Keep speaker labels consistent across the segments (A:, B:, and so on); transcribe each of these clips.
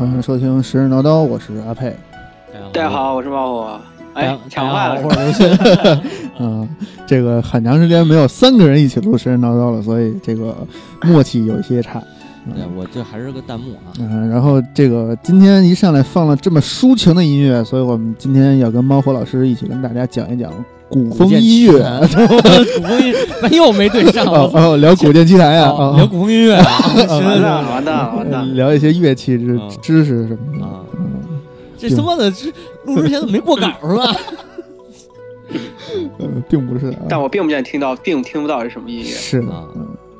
A: 哎收听《时人叨叨》，我是阿佩。
B: 嗯
C: 大家好，我是猫火。哎，抢话了，
A: 我是刘鑫。嗯，这个很长时间没有三个人一起录《时人叨叨》了，所以这个默契有一些差。
B: 对，我这还是个弹幕啊。
A: 嗯，然后这个今天一上来放了这么抒情的音乐，所以我们今天要跟猫火老师一起跟大家讲一讲古风音乐。
B: 古风音乐又没对上
A: 哦哦，聊古剑奇谭呀，哦
B: 聊古风音乐啊，
C: 完蛋了，完
A: 嗯
C: 蛋了，完蛋了，
A: 聊一些乐器知知识什么的
B: 啊。这他妈的，这录之前怎么没过稿啊 是吧？
A: 呃，并不是，
C: 但我并不见听到，并听不到是什么音乐。
A: 是的
B: 啊，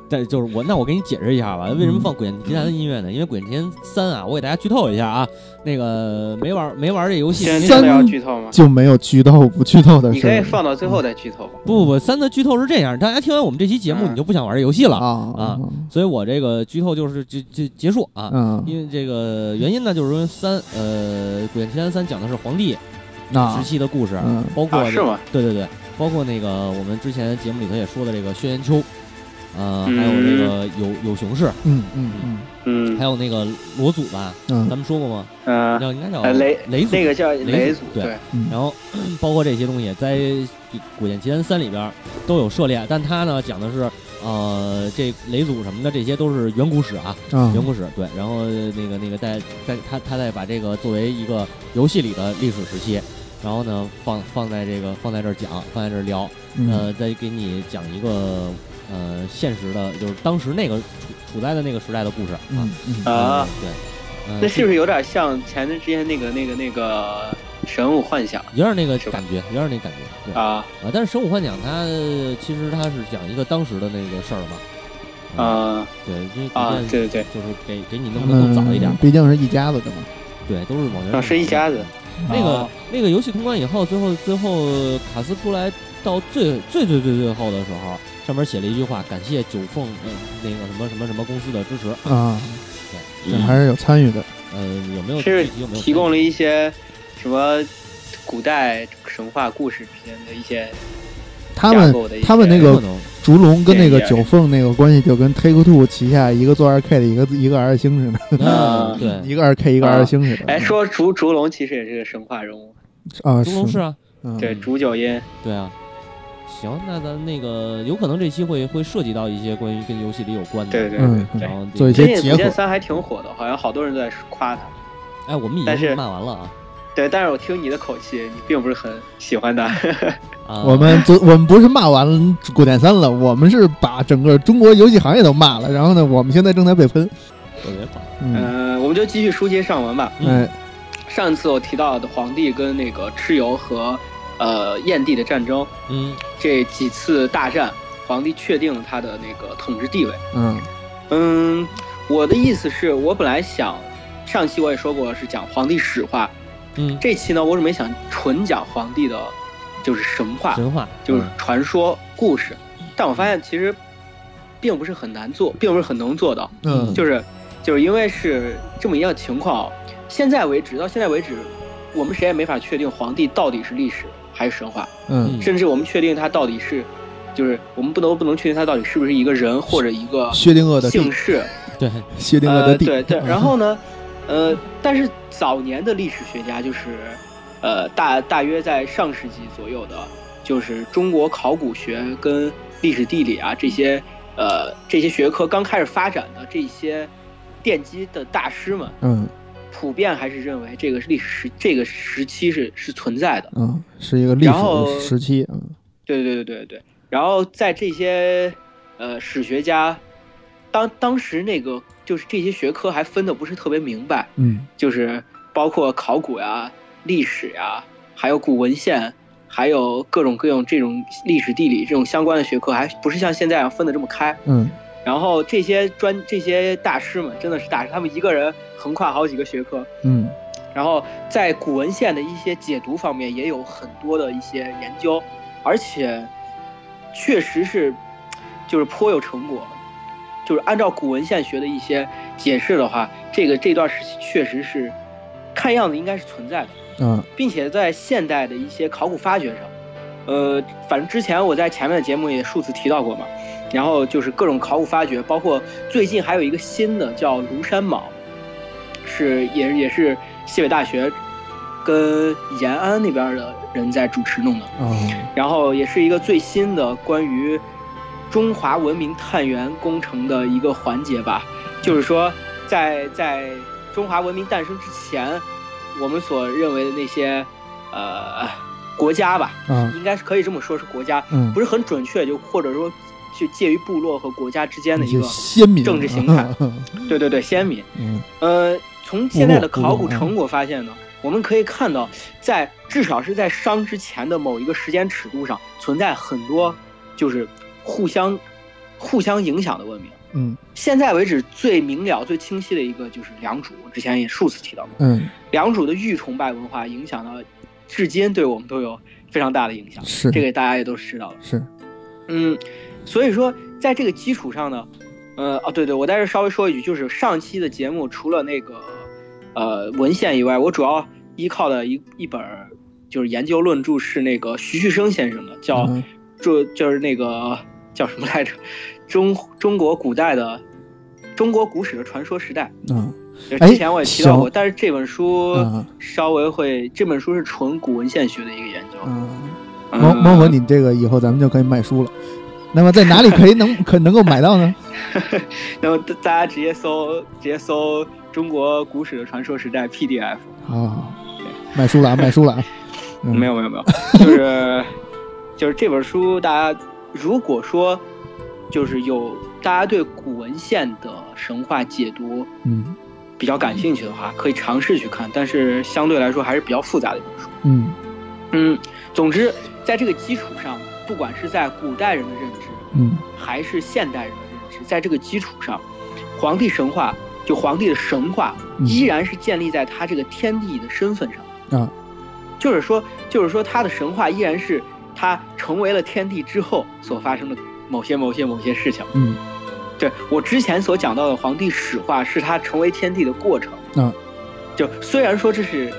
B: 但就是我，那我给你解释一下吧，为什么放《鬼剑奇谭》的音乐呢？因为《鬼剑奇谭三》啊，我给大家剧透一下啊，那个没玩没玩这游戏，
C: 现
B: 您
C: 在
A: 三
C: 真的要剧透吗？
A: 就没有剧透不剧透的
C: 你
A: 事
C: 可以
A: 儿
C: 放到最后再剧透。
B: 不不不，三的剧透是这样，大家听完我们这期节目，
C: 嗯
B: 你就不想玩这游戏了，
A: 啊
B: 啊所以我这个剧透就是就就结束啊。
A: 啊
B: 因为这个原因呢，就是说三呃，《鬼剑奇谭三》讲的是皇帝
A: 啊
B: 时期的故事，
A: 嗯
B: 包括、
C: 啊，是吗？
B: 对对对，包括那个我们之前节目里头也说的这个轩辕丘，呃，
C: 嗯
B: 还有这个有有熊氏，
A: 嗯嗯嗯
B: 还
C: 嗯
B: 有那个罗祖吧，咱
A: 嗯
B: 们说过吗？
C: 嗯，
B: 叫应该叫
C: 呃雷
B: 雷祖
C: 那。个叫
B: 雷
C: 雷
B: 祖
C: 祖，
B: 对
C: 对，
A: 嗯，
B: 然后包括这些东西，在《古剑奇谭三》里边儿都有涉猎，但他呢讲的是，呃，这雷祖什么的，这些都是远古史啊，
A: 啊
B: 远古史对，然后呃那个那个再再他他再把这个作为一个游戏里的历史时期，然后呢放放在这个放在这儿讲，放在这儿聊，
A: 嗯
B: 呃，再给你讲一个呃现实的，就是当时那个处处在的那个时代的故事啊，
A: 嗯嗯
C: 啊
B: 呃对，呃
C: 那是不是有点像前段时间那个那个那个神武幻想
B: 有点那个
C: 是吧
B: 感觉，有点那感觉，对
C: 啊？
B: 啊，但是《神武幻想》它呃其实它是讲一个当时的那个事儿嘛，啊，
C: 嗯
B: 对，这
C: 啊，对对对，
B: 就是给给你
A: 他
B: 弄得
A: 们
B: 更早一点，
A: 嗯毕竟是一家子的嘛。
B: 对，都是往前
C: 啊是一家子。
B: 那个
C: 哦
B: 那个游戏通关以后，最后最后卡斯出来到最最最最最后的时候，上面写了一句话，感谢九凤呃那个什么什么什么公司的支持，
A: 啊，
B: 对
A: 这，还是有参与的。
B: 呃有没有
C: 嗯是
B: 具体有没有
C: 提供了一些什么古代神话故事之间的一些
A: 他
C: 架
A: 们
C: 构的一些
A: 他们那
B: 有
A: 个
B: 可能
A: 烛龙跟那个九凤那个关系就跟 Take Two 旗下一个做二 K 的，一个一个 R 星似的，
B: 啊
C: 啊
B: 对，
A: 一个二 K 一个 R 星似的。
C: 哎，说烛烛龙其实也是个神话人物，
A: 啊，
B: 烛龙是啊，
A: 嗯
C: 对，烛九阴，
B: 对啊。行，那咱那个有可能这期会会涉及到一些关于跟游戏里有关的，
C: 对对
A: 嗯
C: 对
A: 嗯
C: 对。
B: 然后这
A: 做一
B: 个
A: 些
C: 最近《
A: 结
C: 古剑
A: 合
C: 三》还挺火的，好像好多人都在夸他。
B: 哎，我们已
C: 但
B: 经
C: 是
B: 骂完了啊，
C: 对，但是我听你的口气，你并不是很喜欢他。
B: 啊，
A: 我们昨我们不是骂完了《古剑三》了，我们是把整个中国游戏行业都骂了。然后呢，我们现在正在被喷。
B: 特别棒，
A: 嗯，
C: 嗯、我们就继续书接上文吧。
B: 嗯
A: 哎，
C: 上次我提到的皇帝跟那个蚩尤和呃燕地的战争，
B: 嗯
C: 这几次大战，皇帝确定了他的那个统治地位。
A: 嗯
C: 嗯，我的意思是我本来想，上期我也说过是讲皇帝史话，
B: 嗯，
C: 这期呢我准备想纯讲皇帝的，就是神话，
B: 神话
C: 就是
A: 嗯
C: 传说故事，但我发现其实并不是很难做，并不是很能做到，
A: 嗯，
C: 就是就是因为是这么一个情况啊。现在为止，到现在为止，我们谁也没法确定皇帝到底是历史还是神话，
A: 嗯，
C: 甚至我们确定他到底是，就是我们不能不能确定他到底是不是一个人或者一个
A: 薛定谔的
C: 姓
A: 地，
C: 氏，
B: 对，
A: 薛定谔
C: 呃，
A: 的地，
C: 对对。然后呢，呃，但是早年的历史学家就是，呃，大大约在上世纪左右的，就是中国考古学跟历史地理啊这些，呃，这些学科刚开始发展的这些奠基的大师们，
A: 嗯
C: 普遍还是认为这个历史时这个时期是是存在的。
A: 嗯，是一个历史
C: 然后
A: 的时期，嗯
C: 对对对对对对。然后在这些呃史学家，当当时那个就是这些学科还分的不是特别明白，
A: 嗯
C: 就是包括考古呀、历史呀，还有古文献，还有各种各种这种历史地理这种相关的学科，还不是像现在啊分的这么开。
A: 嗯
C: 然后这些专这些大师们真的是大师，他们一个人横跨好几个学科，
A: 嗯
C: 然后在古文献的一些解读方面也有很多的一些研究，而且确实是就是颇有成果。就是按照古文献学的一些解释的话，这个这段时期确实是看样子应该是存在的，
A: 啊
C: 并且在现代的一些考古发掘上，呃，反正之前我在前面的节目也数次提到过嘛，然后就是各种考古发掘，包括最近还有一个新的叫庐山卯，是也也是西北大学跟延安那边的人在主持弄的，
A: 哦，
C: 然后也是一个最新的关于中华文明探源工程的一个环节吧，就是说在在中华文明诞生之前，我们所认为的那些呃国家吧，
A: 啊，
C: 应该是可以这么说是国家，
A: 嗯，
C: 不是很准确，就或者说就介于部落和国家之间的一
A: 是
C: 个，
A: 鲜明啊
C: 政治形态，对对对，先民。
A: 嗯
C: 呃，从现在的
A: 部落
C: 考古
A: 部落啊
C: 成果发现呢，我们可以看到，在至少是在商之前的某一个时间尺度上，存在很多就是互相互相影响的文明。
A: 嗯
C: 现在为止最明了、最清晰的一个就是良渚，我之前也数次提到过，
A: 嗯，
C: 良渚的玉崇拜文化影响到至今，对我们都有非常大的影响，
A: 是
C: 这个大家也都知道了。
A: 是，啊
C: 嗯，所以说在这个基础上呢，呃，哦，对对，我在这稍微说一句，就是上期的节目除了那个呃文献以外，我主要依靠的一一本儿就是研究论著是那个徐旭升先生的，叫
A: 嗯
C: 就就是那个叫什么来着，中中国古代的中国古史的传说时代。
A: 啊
C: 就
A: 哎
C: 之前我也提到过，
A: 行
C: 但是这本书
A: 啊
C: 稍微会，这本书是纯古文献学的一个研究。
A: 啊，
C: 嗯
A: 猫猫文，你这个以后咱们就可以卖书了。那么在哪里可以 能可能够买到呢？
C: 那么大大家直接搜，直接搜“中国古史的传说时代 ”PDF。
A: 啊，卖书了啊，卖书了啊！嗯
C: 没有没有没有，就是就是这本书，大家如果说就是有大家对古文献的神话解读
A: 嗯
C: 比较感兴趣的话，可以尝试去看，但是相对来说还是比较复杂的一本书。
A: 嗯
C: 嗯，总之，在这个基础上，不管是在古代人的认知，
A: 嗯
C: 还是现代人的认知，在这个基础上，皇帝神话就皇帝的神话
A: 嗯
C: 依然是建立在他这个天帝的身份上。
A: 啊，
C: 就是说，就是说他的神话依然是他成为了天帝之后所发生的某些某些某些事情。
A: 嗯
C: 对我之前所讲到的皇帝史话是他成为天帝的过程。
A: 啊，
C: 就虽然说这是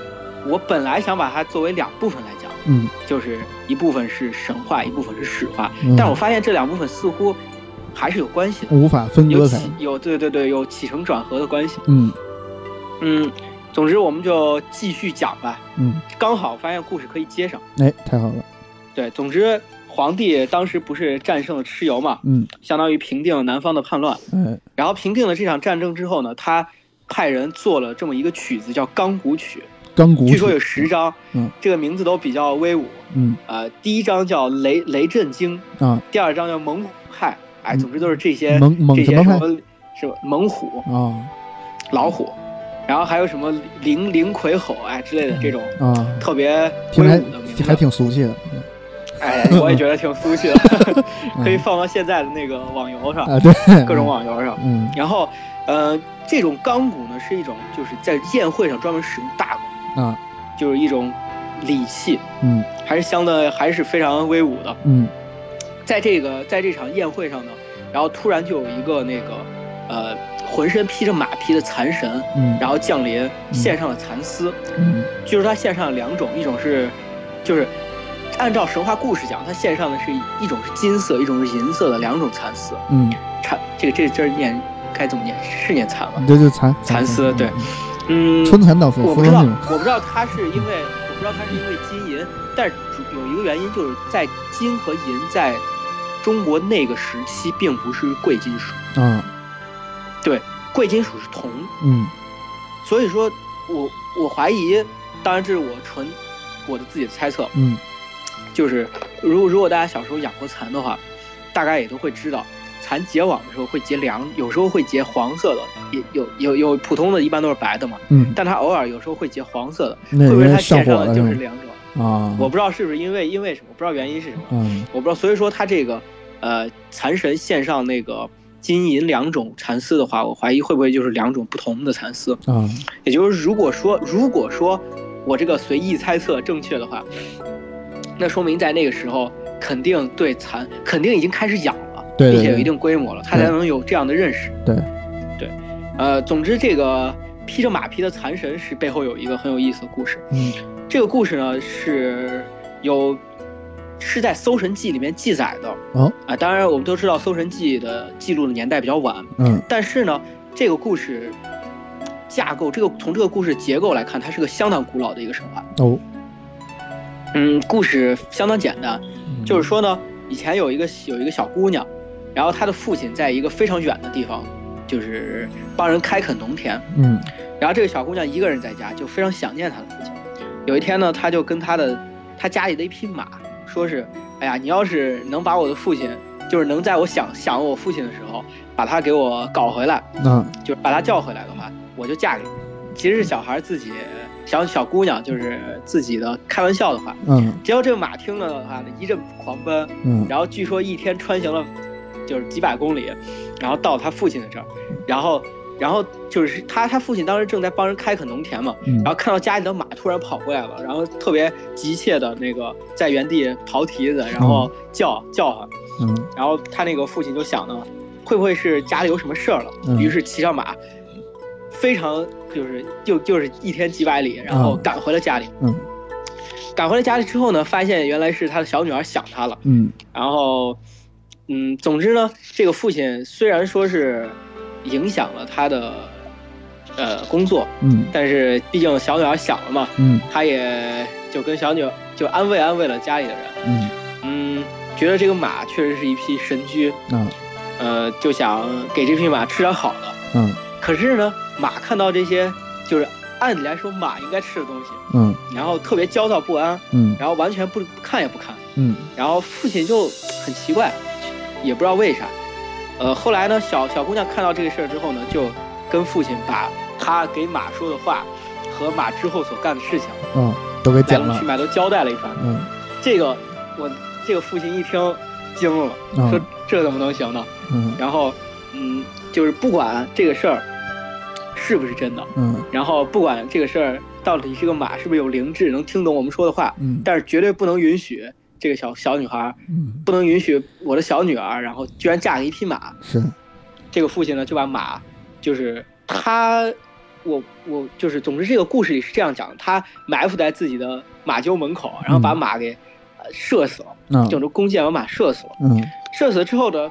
C: 我本来想把它作为两部分来讲。
A: 嗯
C: 就是一部分是神话，一部分是史话。
A: 嗯
C: 但我发现这两部分似乎还是有关系的，
A: 无法分
C: 有
A: 割开。
C: 起有对对对，有起承转合的关系。
A: 嗯
C: 嗯，总之我们就继续讲吧，
A: 嗯，
C: 刚好发现故事可以接上。
A: 哎，太好了。
C: 对，总之皇帝当时不是战胜了蚩尤嘛，
A: 嗯
C: 相当于平定了南方的叛乱。
A: 哎
C: 然后平定了这场战争之后呢，他派人做了这么一个曲子，叫《钢骨曲》，
A: 钢骨
C: 据说有十章，
A: 嗯，
C: 这个名字都比较威武。
A: 嗯
C: 呃，第一章叫雷雷震惊，
A: 啊
C: 第二章叫猛虎派，哎，
A: 嗯
C: 总之都是这些
A: 猛猛
C: 这些
A: 什
C: 什
A: 么派
C: 么什么猛虎、
A: 啊
C: 老虎，然后还有什么灵灵魁吼哎之类的这种
A: 啊，
C: 特别
A: 听
C: 威
A: 着
C: 武的名
A: 还还
C: 字，
A: 挺俗气的。嗯
C: 哎，我也觉得挺俗 气的， 可以放到现在的那个网游上，
A: 啊，对，
C: 各种网游上。
A: 嗯
C: 然后，呃，这种钢鼓呢是一种就是在宴会上专门使用大鼓，
A: 啊
C: 就是一种礼器，
A: 嗯
C: 还是相当还是非常威武的。
A: 嗯
C: 在这个在这场宴会上呢，然后突然就有一个那个，呃，浑身披着马皮的残神，
A: 嗯
C: 然后降临献上了蚕丝。
A: 嗯
C: 据说他献上了两种，一种是，就是按照神话故事讲，他献上的是一种是金色，一种是银色的两种蚕丝。
A: 嗯，
C: 蚕，这个这个字儿念该怎么念？是念蚕吗
A: 你？这就蚕
C: 蚕丝对，嗯
A: 嗯，春蚕到死
C: 我不
A: 丝
C: 知道
A: 嘛，
C: 我不知道他是因为我不知道他是因为金银，但是主有一个原因就是在金和银在中国那个时期并不是贵金属，
A: 啊
C: 贵金属是铜，
A: 嗯
C: 所以说我我怀疑，当然这是我纯我的自己的猜测，
A: 嗯
C: 就是如果如果大家小时候养过蚕的话，大概也都会知道。蚕结网的时候会结凉，有时候会结黄色的，也有有有普通的，一般都是白的嘛。
A: 嗯，
C: 但它偶尔有时候会结黄色的，
A: 那
C: 会不会
A: 人
C: 它
A: 家嗯上
C: 献
A: 火了
C: 上的就是
A: 是吧？
C: 两种？
A: 啊，
C: 我不知道是不是因为因为什么，不知道原因是什么，
A: 嗯
C: 我不知道。所以说他这个呃蚕神献上那个金银两种蚕丝的话，我怀疑会不会就是两种不同的蚕丝。
A: 啊
C: 也就是如果说如果说我这个随意猜测正确的话，那说明在那个时候肯定对蚕肯定已经开始养了，
A: 对对
C: 并且有
A: 对
C: 一定规模了，他
A: 对
C: 才能有这样的认识。
A: 对
C: 对，呃，总之这个披着马皮的蚕神是背后有一个很有意思的故事。
A: 嗯
C: 这个故事呢是有是在《搜神记》里面记载的。
A: 哦
C: 啊，当然我们都知道《搜神记》的记录的年代比较晚，
A: 嗯
C: 但是呢，这个故事架构，这个从这个故事结构来看，它是个相当古老的一个神话。
A: 哦，
C: 嗯，故事相当简单，
A: 嗯
C: 就是说呢，以前有一个有一个小姑娘，然后她的父亲在一个非常远的地方，就是帮人开垦农田，
A: 嗯
C: 然后这个小姑娘一个人在家，就非常想念她的父亲。有一天呢，她就跟她的她家里的一匹马说是：“哎呀，你要是能把我的父亲，就是能在我想想我父亲的时候，把他给我搞回来，
A: 啊
C: 就是把他叫回来的话，我就嫁给你。”其实是小孩自己小小姑娘就是自己的开玩笑的话。
A: 嗯
C: 结果这个马听了的话呢，一阵狂奔，
A: 嗯
C: 然后据说一天穿行了就是几百公里，然后到他父亲的这儿，然后然后就是他他父亲当时正在帮人开垦农田嘛，
A: 嗯
C: 然后看到家里的马突然跑过来了，然后特别急切的那个在原地刨蹄子，然后叫叫唤，
A: 嗯
C: 然后他那个父亲就想呢，会不会是家里有什么事儿了？
A: 嗯
C: 于是骑上马，非常就是又就是一天几百里，然后
A: 嗯
C: 赶回了家里。
A: 嗯
C: 赶回了家里之后呢，发现原来是他的小女儿想他了。
A: 嗯
C: 然后，嗯，总之呢，这个父亲虽然说是影响了他的呃工作，
A: 嗯
C: 但是毕竟小女儿想了嘛，
A: 嗯
C: 他也就跟小女儿就安慰安慰了家里的人，
A: 嗯
C: 嗯，觉得这个马确实是一匹神驹，
A: 啊
C: 呃，就想给这匹马吃点好的。
A: 嗯
C: 可是呢，马看到这些就是按理来说马应该吃的东西，
A: 嗯
C: 然后特别焦躁不安，
A: 嗯
C: 然后完全不看也不看。
A: 嗯
C: 然后父亲就很奇怪，也不知道为啥。呃，后来呢，小小姑娘看到这个事儿之后呢，就跟父亲把她给马说的话和马之后所干的事情
A: 啊都给
C: 来
A: 讲
C: 龙
A: 了
C: 去，脉都交代了一番。
A: 嗯
C: 这个我这个父亲一听惊了，
A: 啊
C: 说这怎么能行呢？
A: 嗯
C: 然后，嗯，就是不管这个事儿是不是真的，
A: 嗯
C: 然后不管这个事儿到底是个马是不是有灵智，能听懂我们说的话，
A: 嗯
C: 但是绝对不能允许这个小小女孩儿
A: 嗯
C: 不能允许我的小女儿，然后居然嫁给一匹马。
A: 是
C: 这个父亲呢，就把马，就是他，我我就是，总之这个故事里是这样讲的：他埋伏在自己的马厩门口，然后把马给、呃射死了，
A: 啊
C: 用着弓箭把马射死了。
A: 嗯
C: 射死之后呢，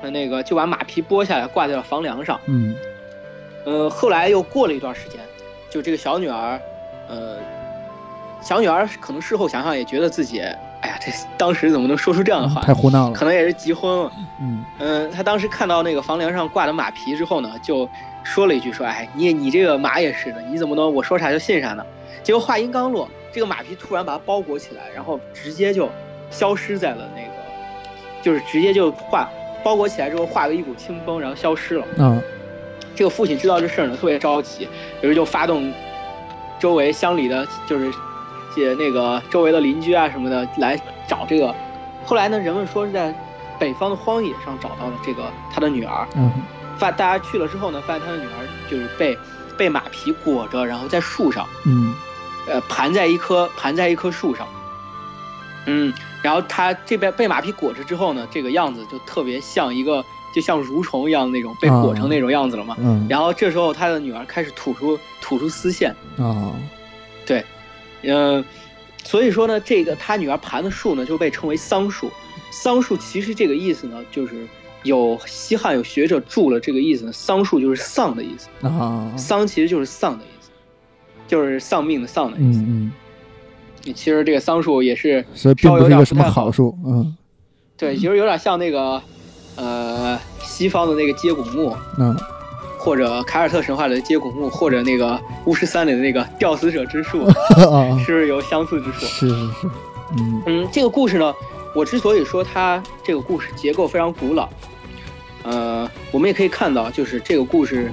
C: 呃那个就把马皮剥下来挂在了房梁上。
A: 嗯
C: 呃，后来又过了一段时间，就这个小女儿，呃，小女儿可能事后想想也觉得自己，哎呀，这当时怎么能说出这样的话？
A: 太胡闹了
C: 可能也是急昏了。
A: 嗯
C: 嗯，他当时看到那个房梁上挂的马皮之后呢，就说了一句说：“哎，你你这个马也是的，你怎么能我说啥就信啥呢？”结果话音刚落，这个马皮突然把它包裹起来，然后直接就消失在了那个，就是直接就化包裹起来之后化为一股清风，然后消失了。
A: 啊
C: 这个父亲知道这事儿呢，特别着急，于是就发动周围乡里的，就是也那个周围的邻居啊什么的来找这个。后来呢，人们说是在北方的荒野上找到了这个他的女儿。
A: 嗯
C: 发大家去了之后呢，发现他的女儿就是被被马皮裹着，然后在树上，
A: 嗯
C: 呃，盘在一棵盘在一棵树上。嗯，然后他这边被马皮裹着之后呢，这个样子就特别像一个，就像蠕虫一样那种被裹成那种样子了嘛。
A: 嗯
C: 然后这时候他的女儿开始吐出吐出丝线，
A: 啊
C: 嗯、所以说呢，这个他女儿盘的树呢就被称为桑树。桑树其实这个意思呢，就是有西汉有学者注了这个意思呢，桑树就是丧的意思，
A: 啊
C: 桑其实就是丧的意思，就是丧命的丧的意思。
A: 嗯
C: 其实这个桑树也是
A: 嗯，所以并不是一个什么好树嗯
C: 对，其实有点像那个呃西方的那个接骨木，
A: 嗯
C: 或者凯尔特神话里的接骨木，或者那个巫师三里的那个吊死者之 树，
A: 啊
C: 是不是有相似之处？
A: 是是是嗯
C: 嗯，这个故事呢，我之所以说它这个故事结构非常古老，呃，我们也可以看到，就是这个故事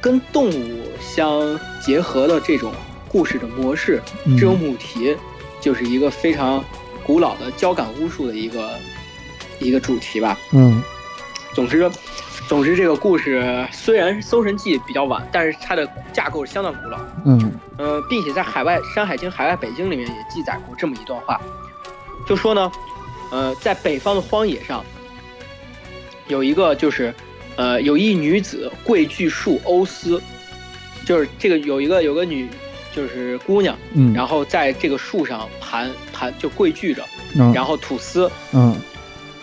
C: 跟动物相结合的这种故事的模式，这种母题，就是一个非常古老的交感巫术的一个一个主题吧。
A: 嗯
C: 总之，总之这个故事虽然《搜神记》比较晚，但是它的架构是相当古老。
A: 嗯
C: 呃，并且在海外《山海经·海外北京》里面也记载过这么一段话，就说呢，呃，在北方的荒野上，有一个就是，呃，有一女子桂巨树欧丝，就是这个有一个有个女就是姑娘，
A: 嗯
C: 然后在这个树上盘盘就桂巨着，
A: 嗯
C: 然后吐丝。
A: 嗯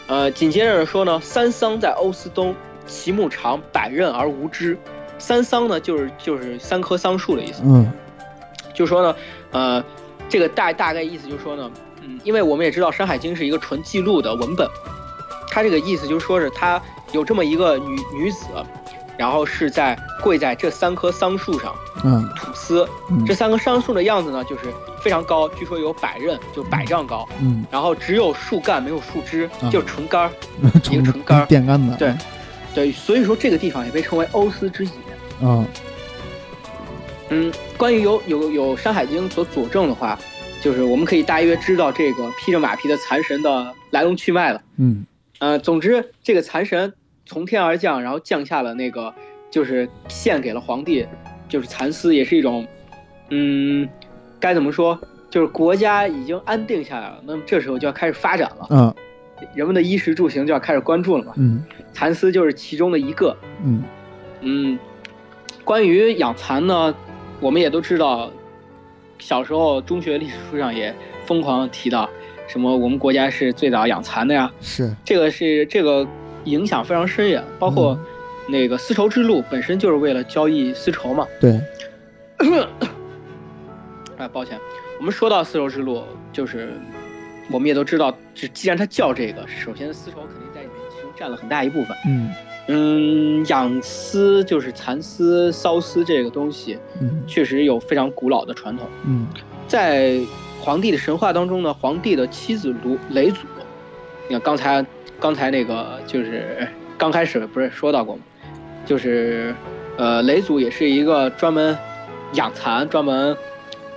C: 呃，紧接着说呢，三桑在欧丝东，其木长，百仞而无枝。三桑呢，就是就是三棵桑树的意思。
A: 嗯
C: 就是说呢，呃，这个大大概意思就是说呢，嗯，因为我们也知道《山海经》是一个纯记录的文本，它这个意思就是说是它有这么一个女女子，然后是在跪在这三棵桑树上
A: 嗯
C: 吐丝。
A: 嗯
C: 这三棵桑树的样子呢，就是非常高，据说有百仞，就百丈高，
A: 嗯，
C: 然后只有树干没有树枝
A: 啊，
C: 就是纯干儿。
A: 从
C: 纯杆儿
A: 电杆子，
C: 对对，所以说这个地方也被称为欧斯之野。
A: 嗯
C: 嗯，关于有有有《山海经》所佐证的话，就是我们可以大约知道这个披着马皮的残神的来龙去脉了。
A: 嗯
C: 呃，总之这个残神从天而降，然后降下了那个就是献给了皇帝，就是蚕丝，也是一种，嗯，该怎么说？就是国家已经安定下来了，那么这时候就要开始发展了，
A: 嗯
C: 人们的衣食住行就要开始关注了嘛。
A: 嗯
C: 蚕丝就是其中的一个。
A: 嗯
C: 嗯，关于养蚕呢，我们也都知道，小时候中学历史书上也疯狂地提到，什么我们国家是最早养蚕的呀，
A: 是，
C: 这个是这个影响非常深远，包括那个丝绸之路本身就是为了交易丝绸嘛。
A: 对，
C: 哎，抱歉，我们说到丝绸之路，就是我们也都知道，这既然它叫这个，首先丝绸肯定在里面其中占了很大一部分。
A: 嗯
C: 嗯，养丝就是蚕丝、缫丝这个东西，
A: 嗯
C: 确实有非常古老的传统。
A: 嗯
C: 在皇帝的神话当中呢，皇帝的妻子卢雷祖，你看刚才刚才那个就是刚开始不是说到过吗？就是呃，雷祖也是一个专门养蚕、专门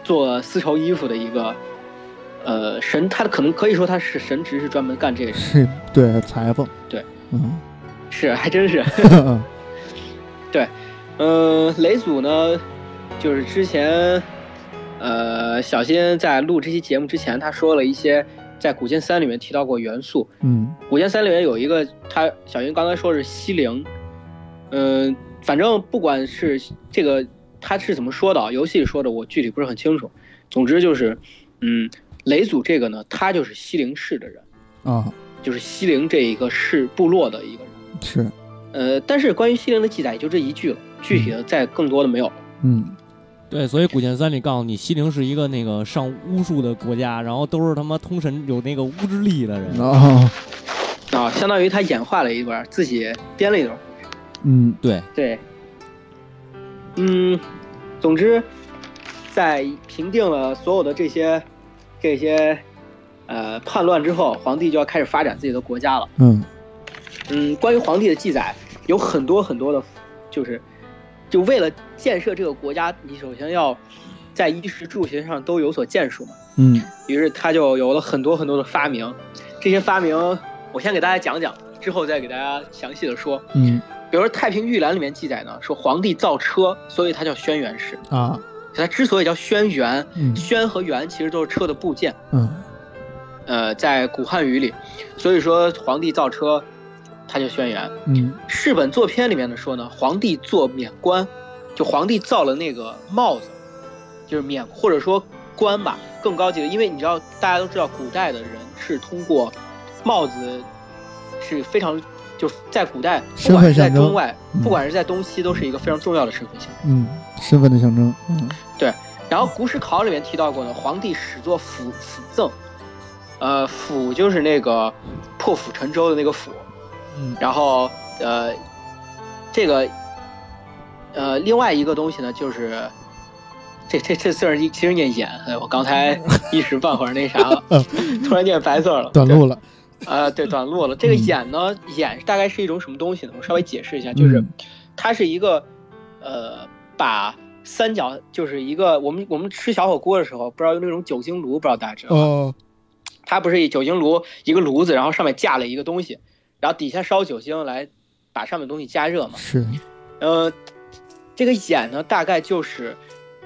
C: 做丝绸衣服的一个呃神，他可能可以说他是神职，是专门干这个事，
A: 是，对裁缝，
C: 对，
A: 嗯
C: 是还真是。嗯，雷祖呢，就是之前，呃，小新在录这期节目之前，他说了一些在《古剑三》里面提到过元素。
A: 嗯
C: 《古剑三》里面有一个，他小新刚才说是西陵，嗯、反正不管是这个他是怎么说的啊，游戏里说的，我具体不是很清楚。总之就是，嗯，雷祖这个呢，他就是西陵市的人，
A: 啊
C: 就是西陵这一个市部落的一个人。
A: 是，
C: 呃，但是关于西陵的记载也就这一句了，具体的再更多的没有了。
A: 嗯
B: 对，所以《古剑三》里告诉你，西陵是一个那个上巫术的国家，然后都是他妈通神有那个巫之力的人。
A: 哦
C: 啊，相当于他演化了一段，自己编了一段。
A: 嗯
B: 对，
C: 对，嗯，总之，在平定了所有的这些这些呃叛乱之后，皇帝就要开始发展自己的国家了。
A: 嗯
C: 嗯，关于皇帝的记载有很多很多的，就是就为了建设这个国家，你首先要在衣食住行上都有所建树嘛。
A: 嗯
C: 于是他就有了很多很多的发明，这些发明我先给大家讲讲，之后再给大家详细的说。
A: 嗯
C: 比如说《太平御览》里面记载呢，说皇帝造车，所以它叫轩辕氏。
A: 啊
C: 它之所以叫轩辕，
A: 嗯
C: 轩和辕其实都是车的部件。
A: 嗯
C: 呃，在古汉语里，所以说皇帝造车，它叫轩辕。
A: 嗯
C: 《世本作篇》里面的说呢，皇帝做冕冠，就皇帝造了那个帽子，就是冕或者说冠吧，更高级的，因为你知道大家都知道，古代的人是通过帽子是非常就是在古代，不
A: 身
C: 管
A: 份
C: 是在
A: 象征
C: 中外，
A: 嗯
C: 不管是在东西，都是一个非常重要的身份象征。
A: 嗯，身份的象征，嗯
C: 然后《古史考》里面提到过呢，皇帝始作辅辅赠，呃，辅就是那个破釜沉舟的那个釜，
A: 嗯
C: 然后呃，这个呃，另外一个东西呢，就是这这这字儿其实念眼，哎我刚
A: 嗯
C: 才一时半会儿那啥 了，突然念白字儿了，
A: 短路了，
C: 对啊、对，短路了。这个
A: 嗯
C: 眼呢，眼大概是一种什么东西呢？我稍微解释一下，就是
A: 嗯
C: 它是一个呃，把三角就是一个我们我们吃小火锅的时候，不知道用那种酒精炉，不知道大家知道吗。
A: 哦
C: 它不是以酒精炉一个炉子，然后上面架了一个东西，然后底下烧酒精来把上面的东西加热嘛。
A: 是，
C: 呃，这个眼呢，大概就是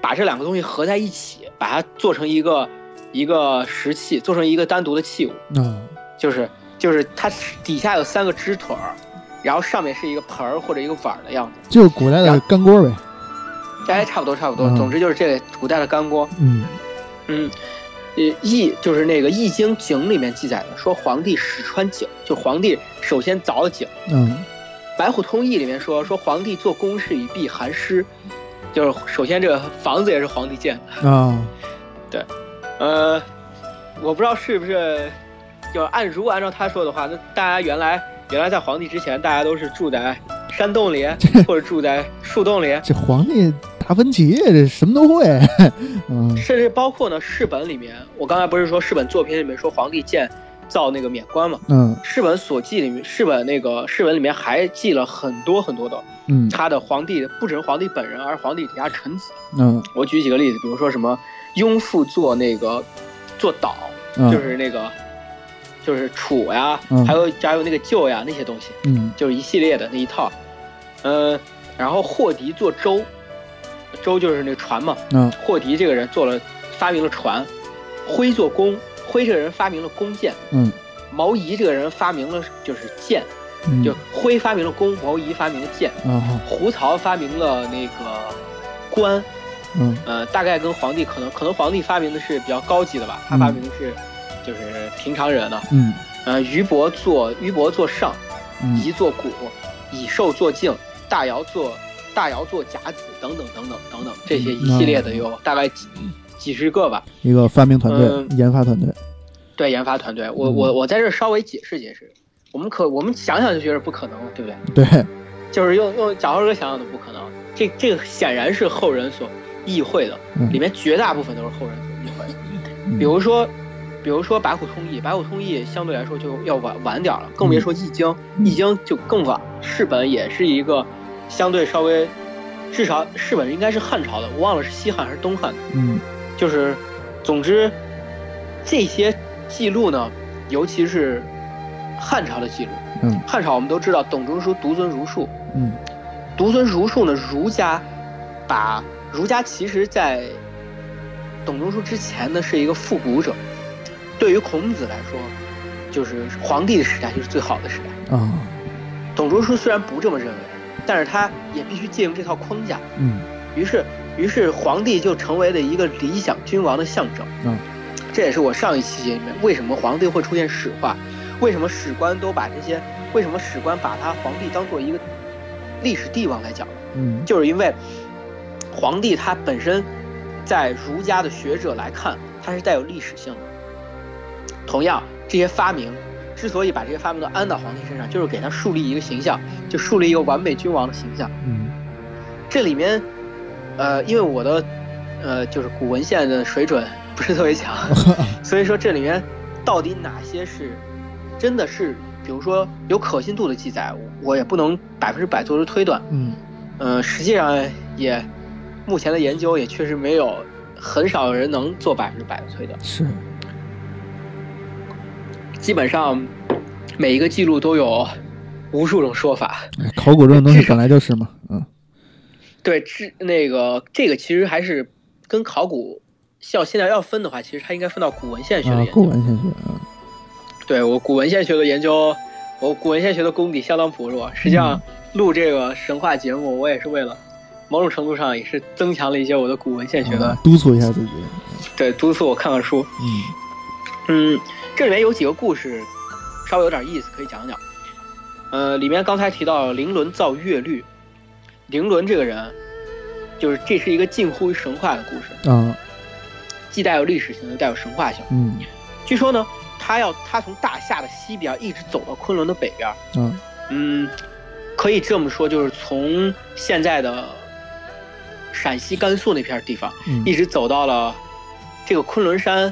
C: 把这两个东西合在一起，把它做成一个一个石器，做成一个单独的器物，
A: 啊
C: 就是就是它底下有三个支腿儿，然后上面是一个盆儿或者一个碗儿的样子。
A: 就是古代的干锅呗，
C: 哎，差不多差不多，
A: 嗯
C: 总之就是这个古代的干锅。
A: 嗯
C: 嗯，呃，易就是那个《易经》井里面记载的，说皇帝始穿井，就皇帝首先凿了井，
A: 嗯
C: 白虎通义》里面说，说皇帝做宫室以避寒湿，就是首先这个房子也是皇帝建的。
A: 啊，
C: 呃，我不知道是不是，就是按如果按照他说的话，那大家原来原来在皇帝之前，大家都是住在山洞里，或者住在树洞里，
A: 这皇帝达芬奇这什么都会，嗯
C: 甚至包括呢世本里面，我刚才不是说世本作品里面说皇帝建造那个免官嘛？
A: 嗯
C: 世本所记里面，世本那个世本里面还记了很多很多的
A: 嗯
C: 他的皇帝，不只是皇帝本人，而是皇帝底下臣子。
A: 嗯
C: 我举几个例子，比如说什么庸父做那个做岛，就
A: 嗯
C: 是那个就是楚呀
A: 嗯，
C: 还有还有那个舅呀那些东西，
A: 嗯
C: 就是一系列的那一套。嗯，然后霍迪做舟，舟就是那船嘛。
A: 嗯
C: 霍迪这个人做了发明了船，辉做弓，辉这个人发明了弓箭，
A: 嗯
C: 毛仪这个人发明了就是箭，
A: 嗯，
C: 就辉发明了弓，毛仪发明了箭，
A: 啊好
C: 胡曹发明了那个官，
A: 嗯
C: 呃，大概跟皇帝可能可能皇帝发明的是比较高级的吧，他
A: 嗯
C: 发明的是就是平常人呢、
A: 嗯
C: 呃，俞伯做俞伯做上，
A: 嗯
C: 夷做鼓，以寿做镜，大尧做大尧做甲子等等等等等等这些一系列的
A: 嗯
C: 有大概几几十个吧。
A: 一个发明团队
C: 嗯、
A: 研发团队，
C: 对研发团队，我
A: 嗯
C: 我我在这儿稍微解释解释，我们可我们想想就觉得不可能，对不对？
A: 对，
C: 就是用用小猴哥想想的不可能，这这个显然是后人所意会的
A: 嗯，
C: 里面绝大部分都是后人所意会的。
A: 嗯
C: 比如说，比如说白虎通义，白虎通义相对来说就要晚晚点儿了，更别说易经，
A: 嗯
C: 易经就更晚。世本也是一个相对稍微，至少世本应该是汉朝的，我忘了是西汉还是东汉的。
A: 嗯
C: 就是，总之，这些记录呢，尤其是汉朝的记录。
A: 嗯
C: 汉朝我们都知道，董仲舒独尊儒术。
A: 嗯
C: 独尊儒术呢，儒家把儒家其实在董仲舒之前呢是一个复古者，对于孔子来说，就是皇帝的时代就是最好的时代。
A: 啊
C: 董仲舒虽然不这么认为，但是他也必须借用这套框架。
A: 嗯
C: 于是，于是皇帝就成为了一个理想君王的象征。
A: 嗯，
C: 这也是我上一期节里面为什么皇帝会出现史话，为什么史官都把这些，为什么史官把他皇帝当做一个历史帝王来讲，
A: 嗯
C: 就是因为皇帝他本身在儒家的学者来看，他是带有历史性的。同样，这些发明之所以把这些发明都安到皇帝身上，就是给他树立一个形象，就树立一个完美君王的形象。
A: 嗯
C: 这里面，呃，因为我的，呃，就是古文献的水准不是特别强，所以说这里面到底哪些是真的是，比如说有可信度的记载，我我也不能百分之百做出推断。
A: 嗯
C: 呃，实际上也，目前的研究也确实没有很少人能做百分之百的推断。
A: 是
C: 基本上每一个记录都有无数种说法。
A: 哎考古这种东西本来就是嘛，嗯
C: 对，这那个这个其实还是跟考古要现在要分的话，其实它应该分到古文献学的
A: 啊
C: 研究。
A: 古文献学啊
C: 对我古文献学的研究，我古文献学的功底相当薄弱。实际
A: 嗯
C: 上录这个神话节目，我也是为了某种程度上也是增强了一些我的古文献学的，
A: 啊督促一下自己，
C: 对，督促我看看书。
A: 嗯
C: 嗯，这里面有几个故事稍微有点意思，可以讲讲。呃，里面刚才提到林伦造乐律，林伦这个人，就是这是一个近乎于神话的故事，
A: 啊
C: 既带有历史性，又带有神话性。
A: 嗯
C: 据说呢，他要他从大夏的西边一直走到昆仑的北边，
A: 啊
C: 嗯，可以这么说，就是从现在的陕西、甘肃那片地方，
A: 嗯
C: 一直走到了这个昆仑山，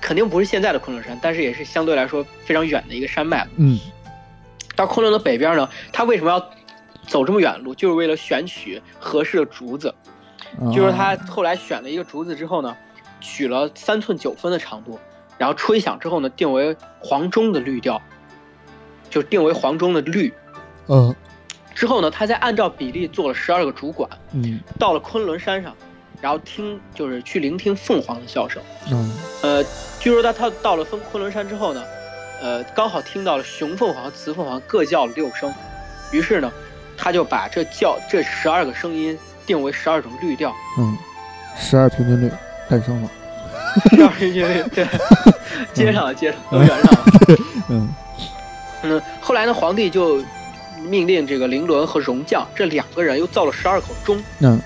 C: 肯定不是现在的昆仑山，但是也是相对来说非常远的一个山脉了。
A: 嗯
C: 到昆仑的北边呢，他为什么要走这么远的路？就是为了选取合适的竹子。
A: 啊
C: 据说他后来选了一个竹子之后呢，取了三寸九分的长度，然后吹响之后呢，定为黄钟的律调，就定为黄钟的律。
A: 嗯
C: 之后呢，他再按照比例做了十二个竹管，
A: 嗯
C: 到了昆仑山上，然后听就是去聆听凤凰的笑声。
A: 嗯
C: 呃，据说他他到了昆昆仑山之后呢，呃，刚好听到了雄凤凰、雌凤凰各叫了六声，于是呢，他就把这叫这十二个声音定为十二种律调，
A: 嗯，十二平均律诞生了，
C: 十二种律对，接上了接上了，都圆上了。
A: 嗯
C: 嗯，后来呢，皇帝就命令这个林伦和荣将这两个人又造了十二口钟，
A: 嗯，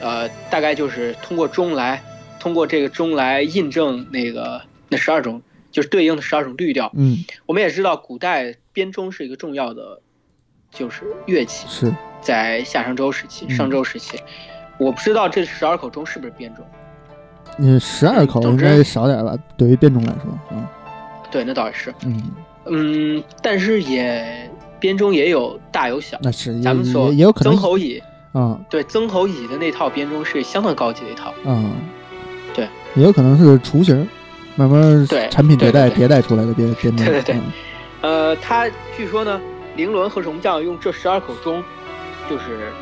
C: 呃，大概就是通过钟来，通过这个钟来印证那个那十二种，就是对应的十二种律调。
A: 嗯，
C: 我们也知道，古代编钟是一个重要的，就是乐器，
A: 是，
C: 在夏商周时期、
A: 嗯
C: 商周时期，我不知道这十二口钟是不是编钟，
A: 你十二口
C: 总
A: 应
C: 之
A: 该少点吧？对于变种来说，嗯
C: 对，那倒也是，
A: 嗯，
C: 嗯，但是也编钟也有大有小，
A: 那是也
C: 咱们说
A: 也也有可能
C: 曾侯乙，
A: 啊
C: 对，曾侯乙的那套编钟是相当高级的一套，
A: 啊，
C: 对，
A: 也有可能是雏形，慢慢
C: 对
A: 产品迭代
C: 对
A: 迭
C: 对
A: 代出来的变变种，
C: 对对对
A: 嗯
C: 呃，他据说呢，林伦和荣将用这十二口钟，就是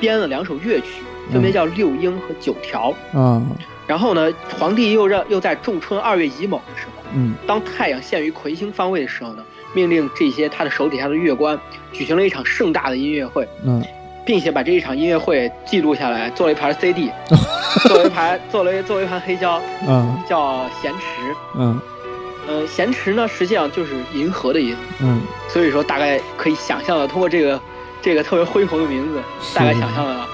C: 编了两首乐曲，分
A: 嗯
C: 别叫六应和九条。
A: 啊
C: 然后呢，皇帝又让又在仲春二月乙卯的时候，
A: 嗯
C: 当太阳现于魁星方位的时候呢，命令这些他的手底下的乐官举行了一场盛大的音乐会，
A: 嗯
C: 并且把这一场音乐会记录下来，做了一 盘 CD，做了一盘做了一做了一盘黑胶，
A: 啊
C: 叫咸池。
A: 嗯
C: 呃，咸池呢，实际上就是银河的银。
A: 嗯，
C: 所以说大概可以想象的，通过这个这个特别恢宏的名字，
A: 是
C: 大概想象了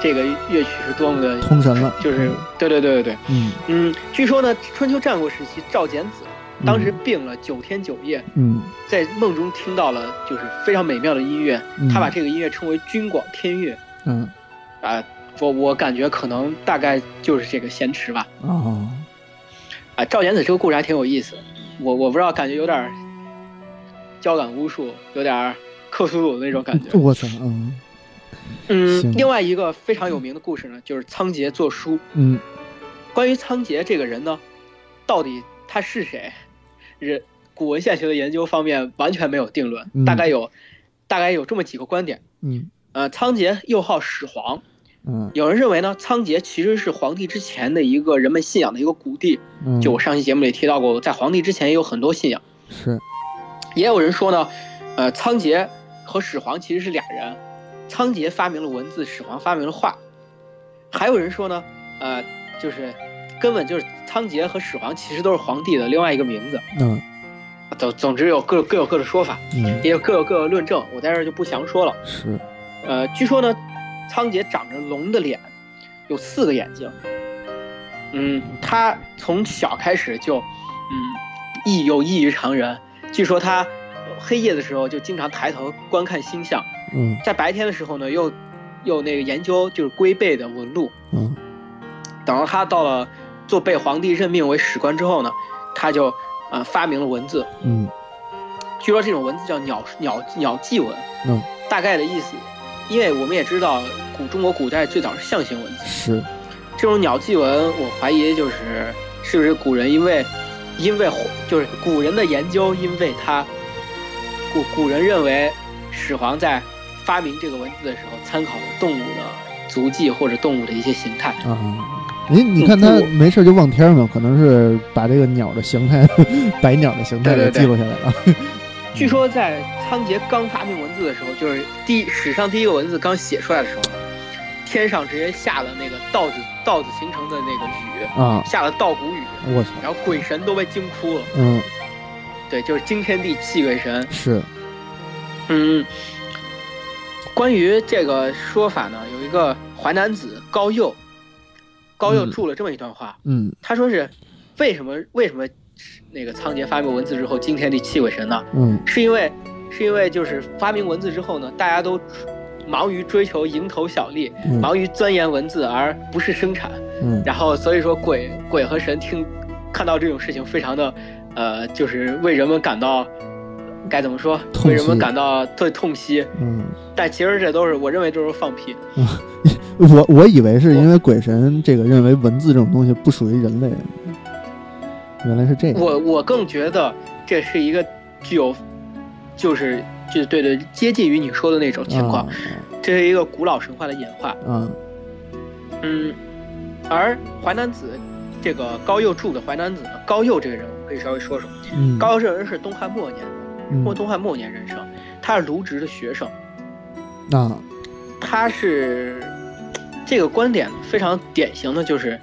C: 这个乐曲是多么的，
A: 通神了，
C: 就是对对对对对，
A: 嗯
C: 嗯，据说呢，春秋战国时期赵简子
A: 嗯
C: 当时病了九天九夜，
A: 嗯
C: 在梦中听到了就是非常美妙的音乐，
A: 嗯
C: 他把这个音乐称为军广天乐
A: 嗯
C: 啊、我我感觉可能大概就是这个咸池吧，
A: 啊
C: 啊、赵简子这个故事还挺有意思，我我不知道，感觉有点儿交感巫术，有点儿克苏鲁的那种感觉。
A: 我操嗯行
C: 嗯，另外一个非常有名的故事呢，就是仓颉做书。
A: 嗯
C: 关于仓颉这个人呢，到底他是谁？人古文献学的研究方面完全没有定论，
A: 嗯
C: 大概有大概有这么几个观点。
A: 嗯
C: 呃，仓颉又号始皇，
A: 嗯
C: 有人认为呢，仓颉其实是皇帝之前的一个人们信仰的一个古帝。
A: 嗯，
C: 就我上期节目里提到过，在皇帝之前也有很多信仰。
A: 是
C: 也有人说呢，呃，仓颉和始皇其实是俩人，仓颉发明了文字，始皇发明了画。还有人说呢，呃，就是根本就是仓颉和始皇其实都是皇帝的另外一个名字。
A: 嗯
C: 总总之有各各有各的说法，
A: 嗯
C: 也有各有各的论证，我在这儿就不详说了。
A: 是
C: 呃，据说呢，仓颉长着龙的脸，有四个眼睛。嗯，他从小开始就，嗯，异有异于常人。据说他呃黑夜的时候就经常抬头观看星象，
A: 嗯
C: 在白天的时候呢，又又那个研究就是龟背的纹路。
A: 嗯
C: 等到他到了做被皇帝任命为史官之后呢，他就呃发明了文字。
A: 嗯
C: 据说这种文字叫鸟鸟鸟记文，
A: 嗯，
C: 大概的意思，因为我们也知道古中国古代最早是象形文字，
A: 是
C: 这种鸟记文，我怀疑就是是不是古人因为因为就是古人的研究，因为他古古人认为始皇在发明这个文字的时候，参考了动物的足迹或者动物的一些形态，
A: 啊。你你看他没事就望天嘛，可能是把这个鸟的形态、白鸟的形态给记录下来了。
C: 据说在仓颉刚发明文字的时候，就是第史上第一个文字刚写出来的时候，天上直接下了那个稻子稻子形成的那个雨，
A: 啊，
C: 下了稻谷雨，
A: 我操，
C: 然后鬼神都被惊哭了。
A: 嗯，
C: 对，就是惊天地泣鬼神。
A: 是，
C: 嗯，关于这个说法呢，有一个淮南子高诱，高诱
B: 嗯
C: 注了这么一段话，
A: 嗯
C: 他说是为什么为什么那个仓颉发明文字之后惊天地泣鬼神呢？
A: 嗯
C: 是因为是因为就是发明文字之后呢，大家都忙于追求蝇头小利，
A: 嗯
C: 忙于钻研文字而不是生产，
A: 嗯
C: 然后所以说鬼鬼和神听看到这种事情非常的，呃，就是为人们感到该怎么说，
A: 痛惜
C: 为人们感到最痛惜，
A: 嗯，
C: 但其实这都是我认为都是放屁，
A: 我我以为是因为鬼神这个认为文字这种东西不属于人类，原来是这样。
C: 我我更觉得这是一个具有，就是就对对接近于你说的那种情
A: 哦
C: 况，这是一个古老神话的演化，
A: 啊，
C: 嗯，而淮南子这个高诱著的淮南子呢，高诱这个人我们可以稍微说说。
A: 嗯，
C: 高诱这个人是东汉末年，或
A: 嗯
C: 东汉末年人生，他是卢植的学生，
A: 啊，
C: 他是这个观点非常典型的就是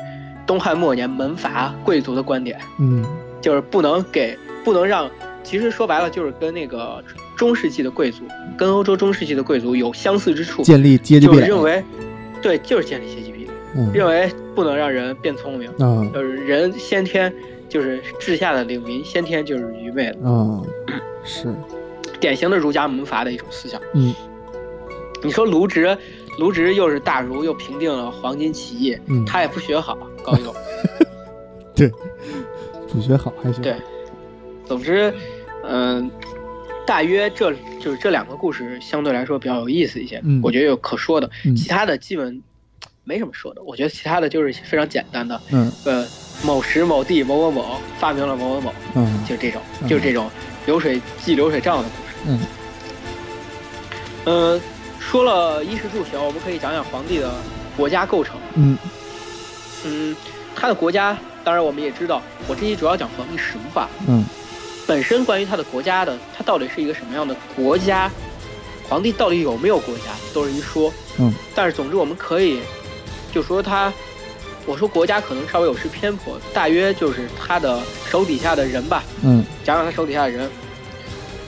C: 东汉末年门阀贵族的观点，
A: 嗯
C: 就是不能给不能让，其实说白了就是跟那个中世纪的贵族，跟欧洲中世纪的贵族有相似之处，
A: 建立阶级
C: 就是
A: 壁垒，
C: 认为，对，就是建立阶级壁垒，
A: 嗯
C: 认为不能让人变聪明，
A: 啊
C: 就是人先天就是治下的领民先天就是愚昧的，
A: 啊，是，
C: 典型的儒家门阀的一种思想。
A: 嗯
C: 你说卢植，卢植又是大儒，又平定了黄巾起义，
A: 嗯，
C: 他也不学好，高诱。
A: 不学好还行，
C: 对总之，嗯、大约这就是这两个故事相对来说比较有意思一些，
A: 嗯
C: 我觉得有可说的，
A: 嗯
C: 其他的基本没什么说的。我觉得其他的就是非常简单的，
A: 嗯
C: 呃，某时某地某某某发明了某某某，
A: 嗯
C: 就这种，
A: 嗯
C: 就是这种流水记流水账的故事。
A: 嗯，
C: 呃，说了衣食住行，我们可以讲讲皇帝的国家构成。
A: 嗯
C: 嗯，他的国家，当然我们也知道，我这期主要讲皇帝实化，
A: 嗯
C: 本身关于他的国家的，他到底是一个什么样的国家，皇帝到底有没有国家，都是一说。
A: 嗯，
C: 但是总之我们可以就说他，我说国家可能稍微有失偏颇，大约就是他的手底下的人吧，
A: 嗯
C: 讲讲他手底下的人。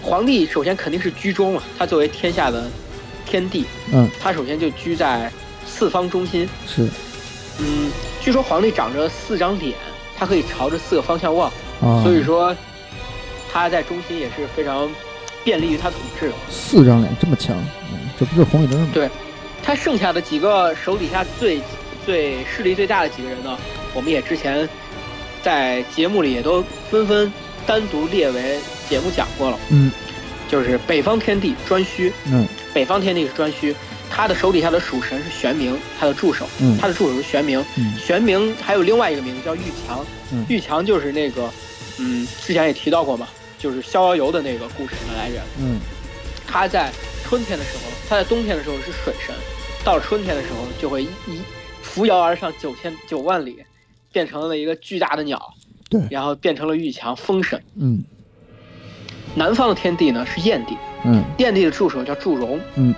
C: 皇帝首先肯定是居中了，他作为天下的天帝，
A: 嗯，
C: 他首先就居在四方中心。
A: 是
C: 嗯，据说皇帝长着四张脸，他可以朝着四个方向望。
A: 啊，
C: 所以说他在中心也是非常便利于他统治。
A: 四张脸这么强，嗯这不就是红绿灯吗？
C: 对他剩下的几个手底下最最势力最大的几个人呢，我们也之前在节目里也都纷纷单独列为节目讲过了，
A: 嗯
C: 就是北方天帝颛顼，
A: 嗯
C: 北方天帝是颛顼，他的手底下的属神是玄冥，他的助手，
A: 嗯
C: 他的助手是玄冥，
A: 嗯
C: 玄冥还有另外一个名字叫玉强
A: 嗯，
C: 玉强就是那个，嗯，之前也提到过嘛，就是逍遥游的那个故事的来源。
A: 嗯
C: 他在春天的时候，他在冬天的时候是水神，到了春天的时候就会一一扶摇而上九千九万里，变成了一个巨大的鸟，
A: 对
C: 然后变成了玉强风神。
A: 嗯
C: 南方的天帝呢是燕帝，
A: 嗯
C: 燕帝的助手叫祝融，
A: 嗯，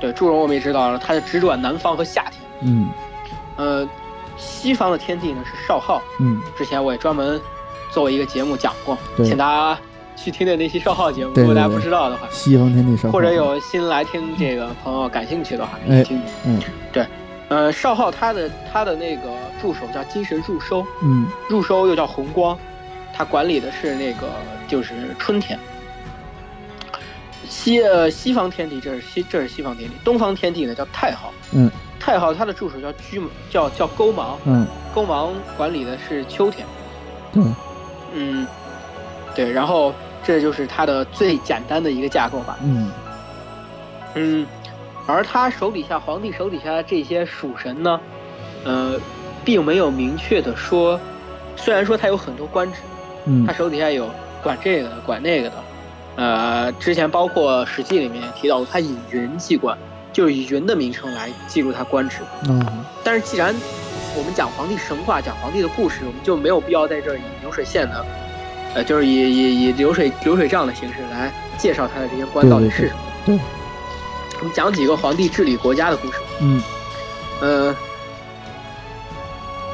C: 对，祝融我们也知道了，他是直转南方和夏天。
A: 嗯
C: 呃，西方的天帝呢是少昊，
A: 嗯，
C: 之前我也专门做一个节目讲过，
A: 对
C: 请大家去听听那期少昊节目，
A: 对
C: 如果大家
A: 对对
C: 不知道的话。
A: 西方天地上，
C: 或者有新来听这个朋友感兴趣的话，可
A: 哎
C: 以听听。
A: 嗯
C: 对，呃，邵浩他的他的那个助手叫金神入收，
A: 嗯
C: 入收又叫红光，他管理的是那个就是春天。西呃西方天帝，这是西这是西方天帝，东方天帝呢叫太昊，
A: 嗯，
C: 太昊他的助手叫居叫叫勾芒，
A: 嗯
C: 勾芒管理的是秋天，
A: 对，
C: 嗯，对，然后这就是他的最简单的一个架构吧，
A: 嗯
C: 嗯，而他手底下皇帝手底下的这些属神呢，呃，并没有明确的说，虽然说他有很多官职，
A: 嗯
C: 他手底下有管这个的，管那个的，呃，之前包括《史记》里面也提到过，他以云记官，就是以云的名称来记录他官职。
A: 啊
C: 但是既然我们讲皇帝神话，讲皇帝的故事，我们就没有必要在这儿以流水线的，呃，就是以以以流水流水账的形式来介绍他的这些
A: 啊
C: 官
A: 对
C: 到底
A: 对
C: 是什么。
A: 对
C: 我们讲几个皇帝治理国家的故事。
A: 嗯
C: 呃，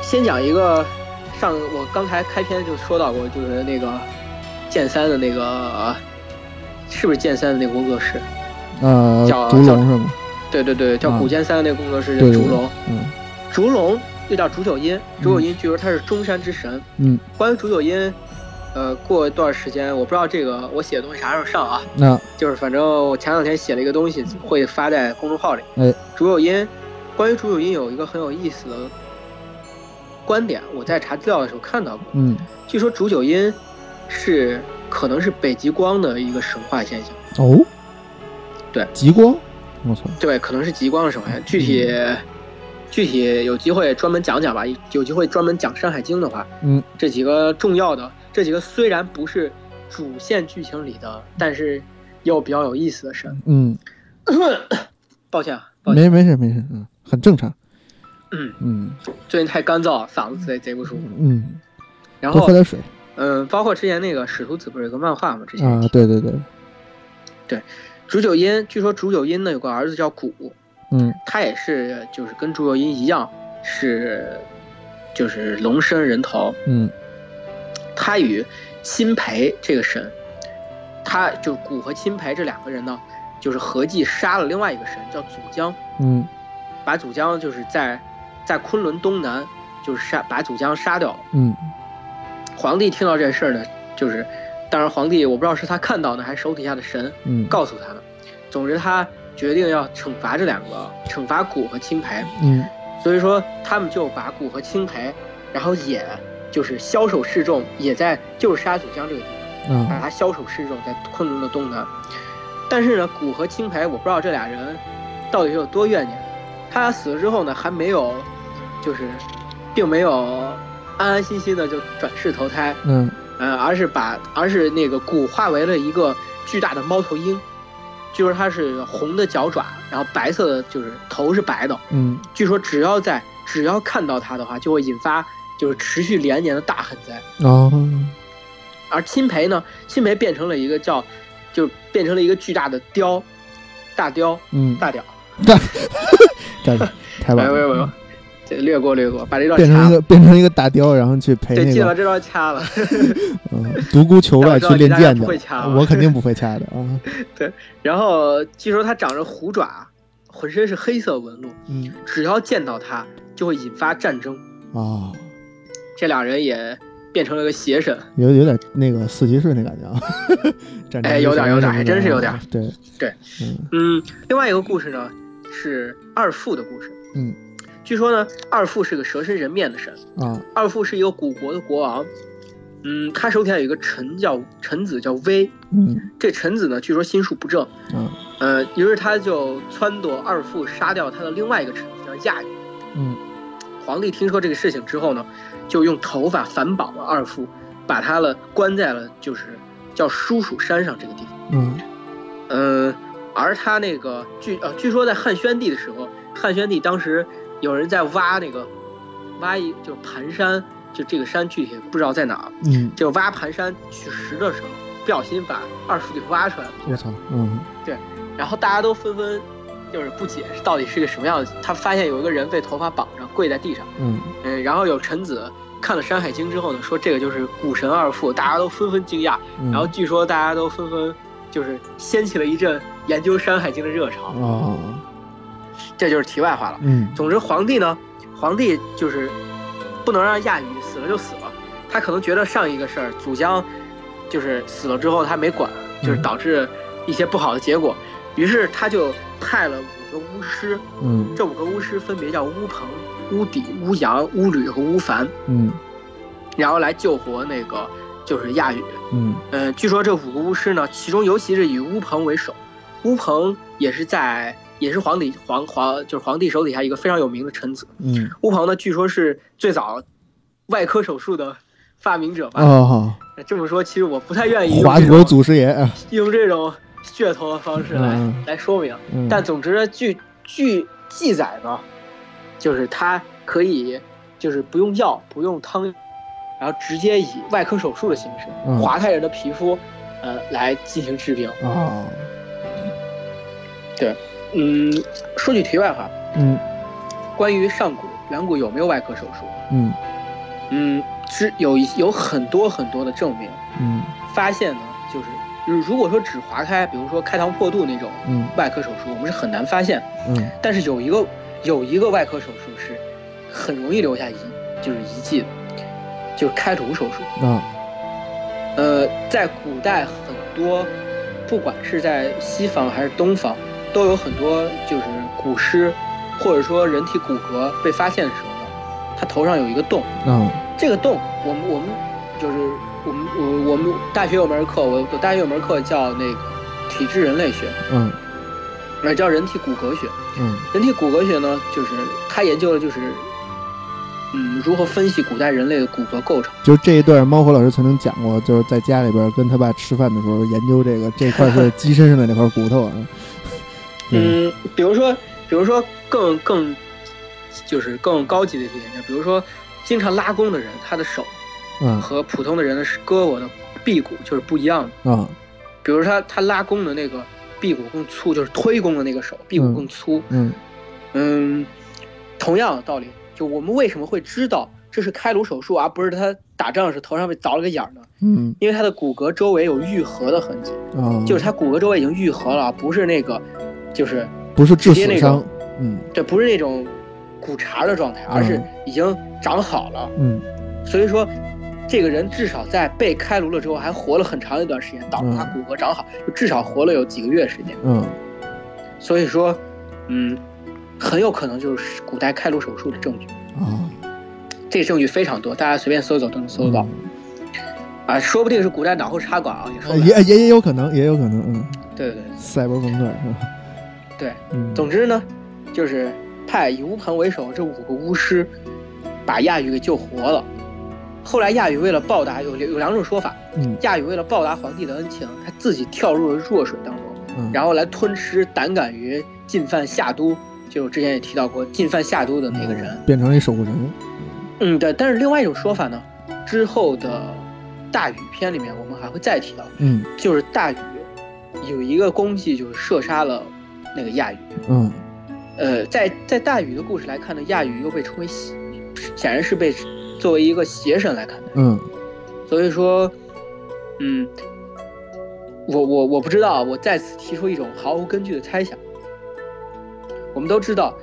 C: 先讲一个，上我刚才开篇就说到过，就是那个剑三的那个，呃是不是剑三的那个工作室？
A: 啊，
C: 叫
A: 烛
C: 叫
A: 龙是吗？
C: 对对对，叫
A: 啊
C: 古剑三的那个工作室叫
A: 对对
C: 烛
A: 对
C: 龙。
A: 嗯
C: 烛龙又叫烛九阴，烛九阴据说他是中山之神。
A: 嗯，
C: 关于烛九阴，呃，过一段时间我不知道这个我写的东西啥时候上啊，
A: 那
C: 就是反正我前两天写了一个东西，会发在公众号里。
A: 哎，
C: 烛九阴，关于烛九阴有一个很有意思的观点，我在查资料的时候看到过。
A: 嗯
C: 据说烛九阴是可能是北极光的一个神话现象，
A: 哦，
C: 对
A: 极光，我操，
C: 对，可能是极光的神话现象。具体、
A: 嗯
C: 具体有机会专门讲讲吧，有机会专门讲《山海经》的话，
A: 嗯
C: 这几个重要的，这几个虽然不是主线剧情里的，但是又比较有意思的神。
A: 嗯。
C: 抱歉啊，抱歉，
A: 没没事没事，嗯，很正常。
C: 嗯
A: 嗯
C: 最近太干燥，嗓子贼贼不舒服。
A: 嗯，
C: 然
A: 多
C: 后
A: 喝，点水
C: 嗯、包括之前那个《使徒子》不是有个漫画嘛？之前
A: 啊！对对对，
C: 竹九阴，据说竹九阴呢有个儿子叫谷，
A: 嗯
C: 他也是就是跟竹九阴一样是就是龙身人头，
A: 嗯
C: 他与辛培这个神，他就是古和钦培这两个人呢，就是合计杀了另外一个神叫祖江，
A: 嗯
C: 把祖江就是在在昆仑东南就是杀把祖江杀掉了。
A: 嗯
C: 皇帝听到这事儿呢，就是当然皇帝我不知道是他看到呢，还是手底下的神
A: 嗯
C: 告诉他的。总之他决定要惩罚这两个，惩罚古和钦培。
A: 嗯
C: 所以说他们就把古和钦培，然后也就是枭首示众，也在就是杀祖江这个地方，把
A: 啊
C: 他枭首示众在昆仑的东南。但是呢，古和钦培，我不知道这俩人到底是有多怨念。他俩死了之后呢，还没有，就是并没有安安心心的就转世投胎，
A: 嗯
C: 呃，而是把而是那个骨化为了一个巨大的猫头鹰，据说它是红的脚爪，然后白色的就是头是白的，
A: 嗯
C: 据说只要在只要看到它的话，就会引发就是持续连年的大旱灾。
A: 哦
C: 而钦培呢，钦培变成了一个叫，就变成了一个巨大的雕，大雕
A: 嗯，
C: 大屌，
A: 太太棒
C: 喂喂
A: 了
C: 喂，，这略过略过，把这段
A: 变成
C: 掐
A: 一
C: 了。
A: 个变成一个大雕，然后去陪
C: 对，
A: 那
C: 记得把
A: 个
C: 这段掐了。
A: 嗯独孤求败去练剑
C: 但我知道你大概不会
A: 去
C: 掐
A: 了，
C: 啊
A: 我肯定不 会掐的啊。
C: 然后据说它长着虎爪，浑身是黑色纹路，
A: 嗯
C: 只要见到它就会引发战争。
A: 啊，
C: 这俩人也变成了个邪神。
A: 有有点那个四骑士那感觉啊， 战争
C: 哎有点
A: 之前
C: 有点
A: 那
C: 还
A: 种
C: 真是有
A: 啊
C: 点。
A: 对
C: 对，
A: 嗯
C: 嗯，另外一个故事呢是二父的故事。
A: 嗯，
C: 据说呢，二父是个蛇身人面的神，
A: 啊
C: 二父是一个古国的国王。嗯，他手底下有一个臣叫臣子叫威，
A: 嗯
C: 这臣子呢，据说心术不正，
A: 啊
C: 呃，于是他就撺掇二父杀掉他的另外一个臣子叫亚羽。
A: 嗯
C: 皇帝听说这个事情之后呢，就用头发反绑了二父，把他了关在了就是叫叔蜀山上这个地方。
A: 嗯
C: 嗯，而他那个据呃，据说在汉宣帝的时候，汉宣帝当时有人在挖那个挖一就是盘山，就这个山具体不知道在哪儿，
A: 嗯，
C: 就挖盘山取石的时候，不小心把二叔给挖出来了。
A: 我操，嗯
C: 然后大家都纷纷就是不解是到底是个什么样的。他发现有一个人被头发绑着跪在地上，
A: 嗯
C: 嗯，然后有臣子看了《山海经》之后呢，说这个就是古神二父，大家都纷纷惊讶。
A: 嗯，
C: 然后据说大家都纷纷就是掀起了一阵研究《山海经》的热潮。
A: 啊
C: 这就是题外话了。
A: 嗯
C: 总之，皇帝呢，皇帝就是不能让亚羽死了就死了，他可能觉得上一个事儿祖江就是死了之后他没管，就是导致一些不好的结果，于是他就派了五个巫师，
A: 嗯
C: 这五个巫师分别叫巫鹏、巫底、巫阳、巫吕和巫凡，
A: 嗯
C: 然后来救活那个就是亚羽。
A: 嗯
C: 呃，据说这五个巫师呢，其中尤其是以乌鹏为首，乌鹏也是在也是皇帝皇皇就是皇帝手底下一个非常有名的臣子。
A: 嗯
C: 乌鹏呢，据说是最早外科手术的发明者吧。
A: 哦，
C: 这么说，其实我不太愿意用
A: 华
C: 这
A: 国
C: 种
A: 祖师爷啊，
C: 用这种噱头的方式来、
A: 嗯
C: 来说明。
A: 嗯
C: 但总之，据据记载呢，就是他可以就是不用药，不用汤，然后直接以外科手术的形式
A: 嗯
C: 划开人的皮肤，呃，来进行治病。
A: 啊
C: 嗯，说句题外话，
A: 嗯
C: 关于上古远古有没有外科手术，
A: 嗯
C: 嗯，是有一有很多很多的证明，
A: 嗯
C: 发现呢，就是如如果说只划开，比如说开膛破肚那种
A: 嗯
C: 外科手术，我们是很难发现。
A: 嗯
C: 但是有一个有一个外科手术是很容易留下遗就是遗迹的，就是开颅手术。
A: 啊
C: 呃，在古代很多，不管是在西方还是东方，都有很多就是古尸或者说人体骨骼被发现的时候呢，它头上有一个洞，
A: 啊
C: 这个洞我们我们就是我们我我们大学有门课，我我大学有门课叫那个体质人类学，
A: 嗯
C: 呃叫人体骨骼学。
A: 嗯
C: 人体骨骼学呢，就是它研究的就是，嗯，如何分析古代人类的骨骼构成。
A: 就这一段，猫火老师曾经讲过，就是在家里边跟他爸吃饭的时候研究这个，这块是鸡身上的那块骨头啊。嗯
C: 嗯，比如说，比如说更更，就是更高级的一些研究，比如说经常拉弓的人，他的手
A: 嗯
C: 和普通的人的胳膊的臂骨就是不一样的。
A: 啊
C: 比如说他他拉弓的那个臂骨更粗，就是推弓的那个手臂骨更粗。
A: 嗯
C: 嗯同样的道理，就我们为什么会知道这是开颅手术而不是他打仗时头上被凿了个眼儿呢？
A: 嗯
C: 因为他的骨骼周围有愈合的痕迹，
A: 啊，
C: 就是他骨骼周围已经愈合了，不是那个，就是
A: 不是致
C: 直接
A: 死
C: 那
A: 伤
C: 种，
A: 嗯
C: 这不是那种骨茬儿的状态，而是已经长好了。
A: 嗯
C: 所以说，这个人至少在被开颅了之后还活了很长一段时间，导致他骨骼长好，就至少活了有几个月时间。
A: 嗯
C: 所以说，嗯，很有可能就是古代开颅手术的证据，
A: 啊，
C: 这个证据非常多，大家随便搜一搜都
A: 嗯
C: 能搜得到啊，说不定是古代脑后插管啊，也说
A: 嗯，
C: 不定。
A: 也也也有可能，也有可能，嗯，
C: 对对对
A: 赛博朋克是吧？
C: 对，
A: 嗯，
C: 总之呢，就是派以乌盆为首这五个巫师把亚羽给救活了。后来亚羽为了报答，有有两种说法，
A: 嗯
C: 亚羽为了报答皇帝的恩情，他自己跳入了弱水当中，
A: 嗯，
C: 然后来吞吃胆敢于进犯夏都，就我之前也提到过进犯夏都的那个人。
A: 变成了一守护神，
C: 嗯，对。但是另外一种说法呢，之后的大禹篇里面我们还会再提到，
A: 嗯
C: 就是大禹有一个功绩，就是射杀了那个亚禹。
A: 嗯
C: 呃，在在大禹的故事来看呢，亚禹又被称为邪，显然是被作为一个邪神来看待。
A: 嗯
C: 所以说，嗯，我我我不知道，啊我在此提出一种毫无根据的猜想。我们都知道，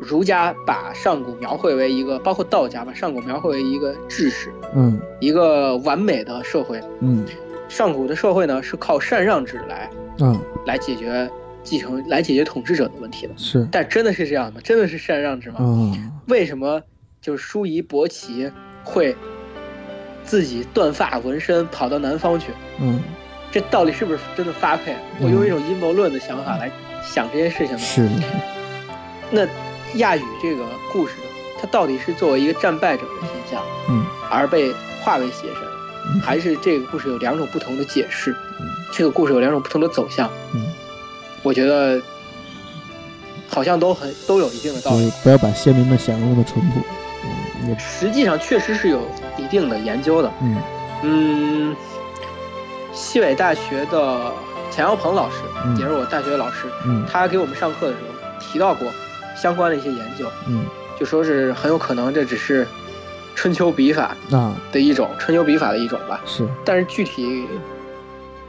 C: 儒家把上古描绘为一个，包括道家把上古描绘为一个志士，
A: 嗯
C: 一个完美的社会。
A: 嗯
C: 上古的社会呢，是靠禅让制来
A: 嗯，
C: 来解决继承、来解决统治者的问题的。
A: 是
C: 但真的是这样吗？真的是禅让制吗？
A: 啊，
C: 为什么就是舒仪、伯奇会自己断发纹身跑到南方去？
A: 嗯
C: 这到底是不是真的发配？我用一种阴谋论的想法来想这件事情呢。
A: 是的，
C: 那亚羽这个故事呢，他到底是作为一个战败者的形象
A: 嗯
C: 而被化为邪
A: 嗯
C: 神，还是这个故事有两种不同的解释
A: 嗯？
C: 这个故事有两种不同的走向，
A: 嗯，
C: 我觉得好像都很都有一定的道
A: 就
C: 理。
A: 是不要把先民们想的那么淳朴，嗯也
C: 实际上确实是有一定的研究的。
A: 嗯
C: 嗯，西北大学的钱耀鹏老师
A: 嗯，
C: 也是我大学老师，
A: 嗯
C: 他给我们上课的时候提到过相关的一些研究，
A: 嗯
C: 就说是很有可能这只是春秋笔法
A: 啊
C: 的一种，春秋笔法的一种吧。
A: 是
C: 但是具体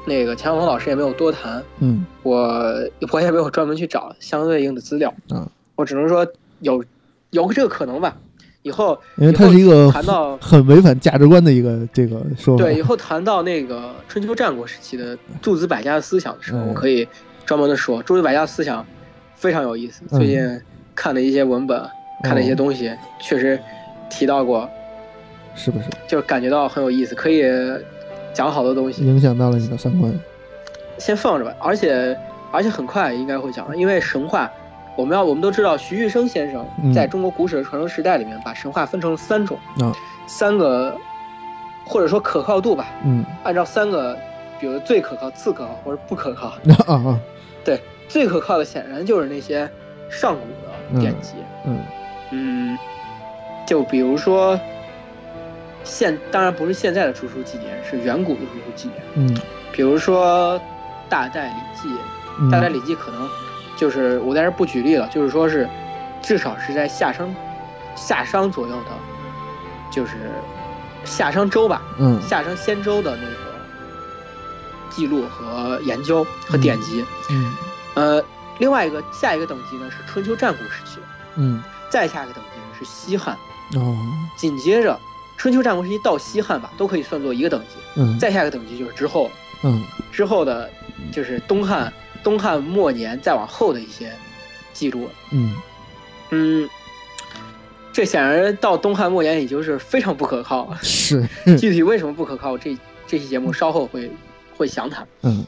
C: 那个钱耀鹏老师也没有多谈，
A: 嗯
C: 我我也没有专门去找相对应的资料，
A: 啊，
C: 我只能说有有这个可能吧。以后
A: 因为它是一个
C: 以后谈到
A: 很违反价值观的一个这个说法，
C: 对，以后谈到那个春秋战国时期的诸子百家的思想的时候，
A: 嗯
C: 我可以专门的说，诸子百家思想非常有意思。
A: 嗯
C: 最近看了一些文本，看了一些东西，确实提到过，
A: 是不是
C: 就感觉到很有意思，可以讲好多东西。
A: 影响到了你的三观？
C: 先放着吧，而且而且很快应该会讲了，因为神话。我们要，我们都知道，徐旭升先生
A: 嗯
C: 在中国古史的传承时代里面，把神话分成了三种，
A: 啊
C: 三个或者说可靠度吧，
A: 嗯
C: 按照三个，比如最可靠、次可靠或者不可靠。
A: 啊啊
C: 对，最可靠的显然就是那些上古的典籍，
A: 嗯
C: 嗯就比如说现，当然不是现在的出书纪年，是远古的出书纪年，
A: 嗯
C: 比如说大代礼记，
A: 嗯，
C: 大代礼记可能就是我在这儿不举例了，就是说是至少是在夏商夏商左右的，就是夏商周吧，
A: 嗯
C: 夏商先周的那个记录和研究和典籍。
A: 嗯
C: 呃，另外一个下一个等级呢是春秋战国时期，
A: 嗯
C: 再下一个等级呢是西汉，
A: 哦
C: 紧接着春秋战国时期到西汉吧，都可以算作一个等级。
A: 嗯
C: 再下一个等级就是之后
A: 嗯
C: 之后的，就是东汉东汉末年再往后的一些记录。
A: 嗯
C: 嗯，这显然到东汉末年已经是非常不可靠了。
A: 是
C: 具体为什么不可靠，这这期节目稍后会会详谈。
A: 嗯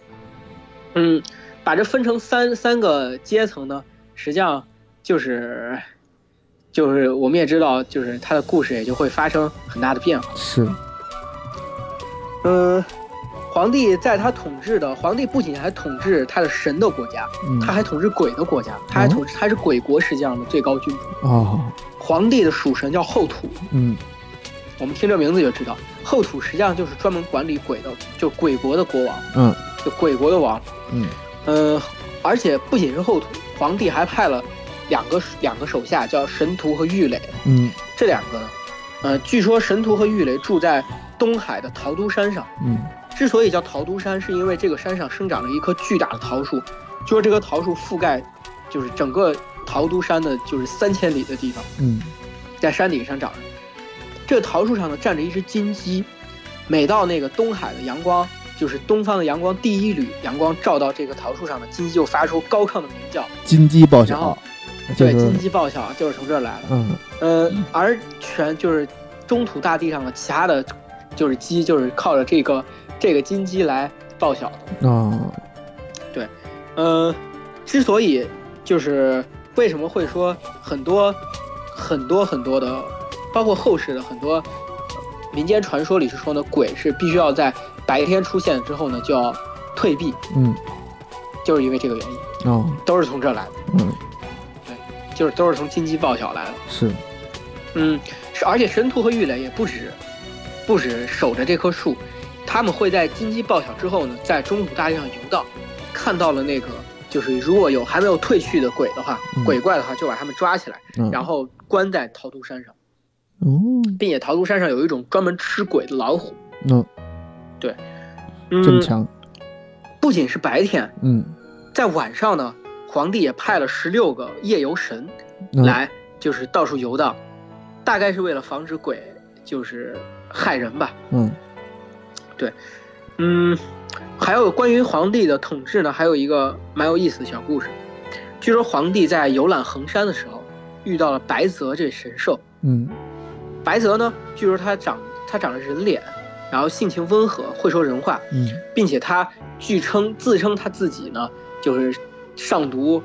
C: 嗯，把这分成三三个阶层呢，实际上就是就是我们也知道，就是它的故事也就会发生很大的变化。
A: 是
C: 嗯，皇帝在他统治的皇帝不仅还统治他的神的国家，
A: 嗯
C: 他还统治鬼的国家，他还统治他是鬼国实际上的最高君主。
A: 哦
C: 皇帝的属神叫后土，
A: 嗯
C: 我们听这名字就知道，后土实际上就是专门管理鬼的，就鬼国的国王，
A: 嗯
C: 就鬼国的王。
A: 嗯
C: 嗯，而且不仅是后土，皇帝还派了两个两个手下，叫神荼和郁垒。
A: 嗯
C: 这两个呢，呃，据说神荼和郁垒住在东海的桃都山上。
A: 嗯
C: 之所以叫桃都山，是因为这个山上生长了一棵巨大的桃树，就是这棵桃树覆盖，就是整个桃都山的，就是三千里的地方，
A: 嗯
C: 在山顶上长着。这个桃树上呢站着一只金鸡，每到那个东海的阳光，就是东方的阳光第一缕阳光照到这个桃树上呢，金鸡就发出高亢的鸣叫，
A: 金鸡报
C: 然
A: 晓
C: 后，
A: 就
C: 对，金
A: 是
C: 鸡报晓就是从这儿来的。
A: 嗯
C: 呃，而全就是中土大地上的其他的，就是鸡，就是靠着这个这个金鸡来报晓的。
A: 啊
C: 呃，之所以就是为什么会说很多很多很多的，包括后世的很多民间传说里是说呢，鬼是必须要在白天出现之后呢就要退避，
A: 嗯
C: 就是因为这个原因，
A: 哦
C: 都是从这儿来的，
A: 嗯
C: 就是都是从金鸡报晓来的。
A: 是
C: 嗯，是而且神荼和郁垒也不止不止守着这棵树，他们会在金鸡报晓之后呢，在中土大地上游荡，看到了那个就是如果有还没有退去的鬼的话，
A: 嗯
C: 鬼怪的话，就把他们抓起来，
A: 嗯
C: 然后关在桃都山上，
A: 哦
C: 并且桃都山上有一种专门吃鬼的老虎。
A: 那这么
C: 嗯，
A: 强
C: 不仅是白天，
A: 嗯
C: 在晚上呢，皇帝也派了十六个夜游神
A: 嗯
C: 来，就是到处游荡，大概是为了防止鬼就是害人吧。
A: 嗯
C: 嗯，还有关于皇帝的统治呢，还有一个蛮有意思的小故事。据说皇帝在游览衡山的时候，遇到了白泽这神兽。
A: 嗯
C: 白泽呢，据说他长他长着人脸，然后性情温和，会说人话，
A: 嗯
C: 并且他据称自称他自己呢，就是上读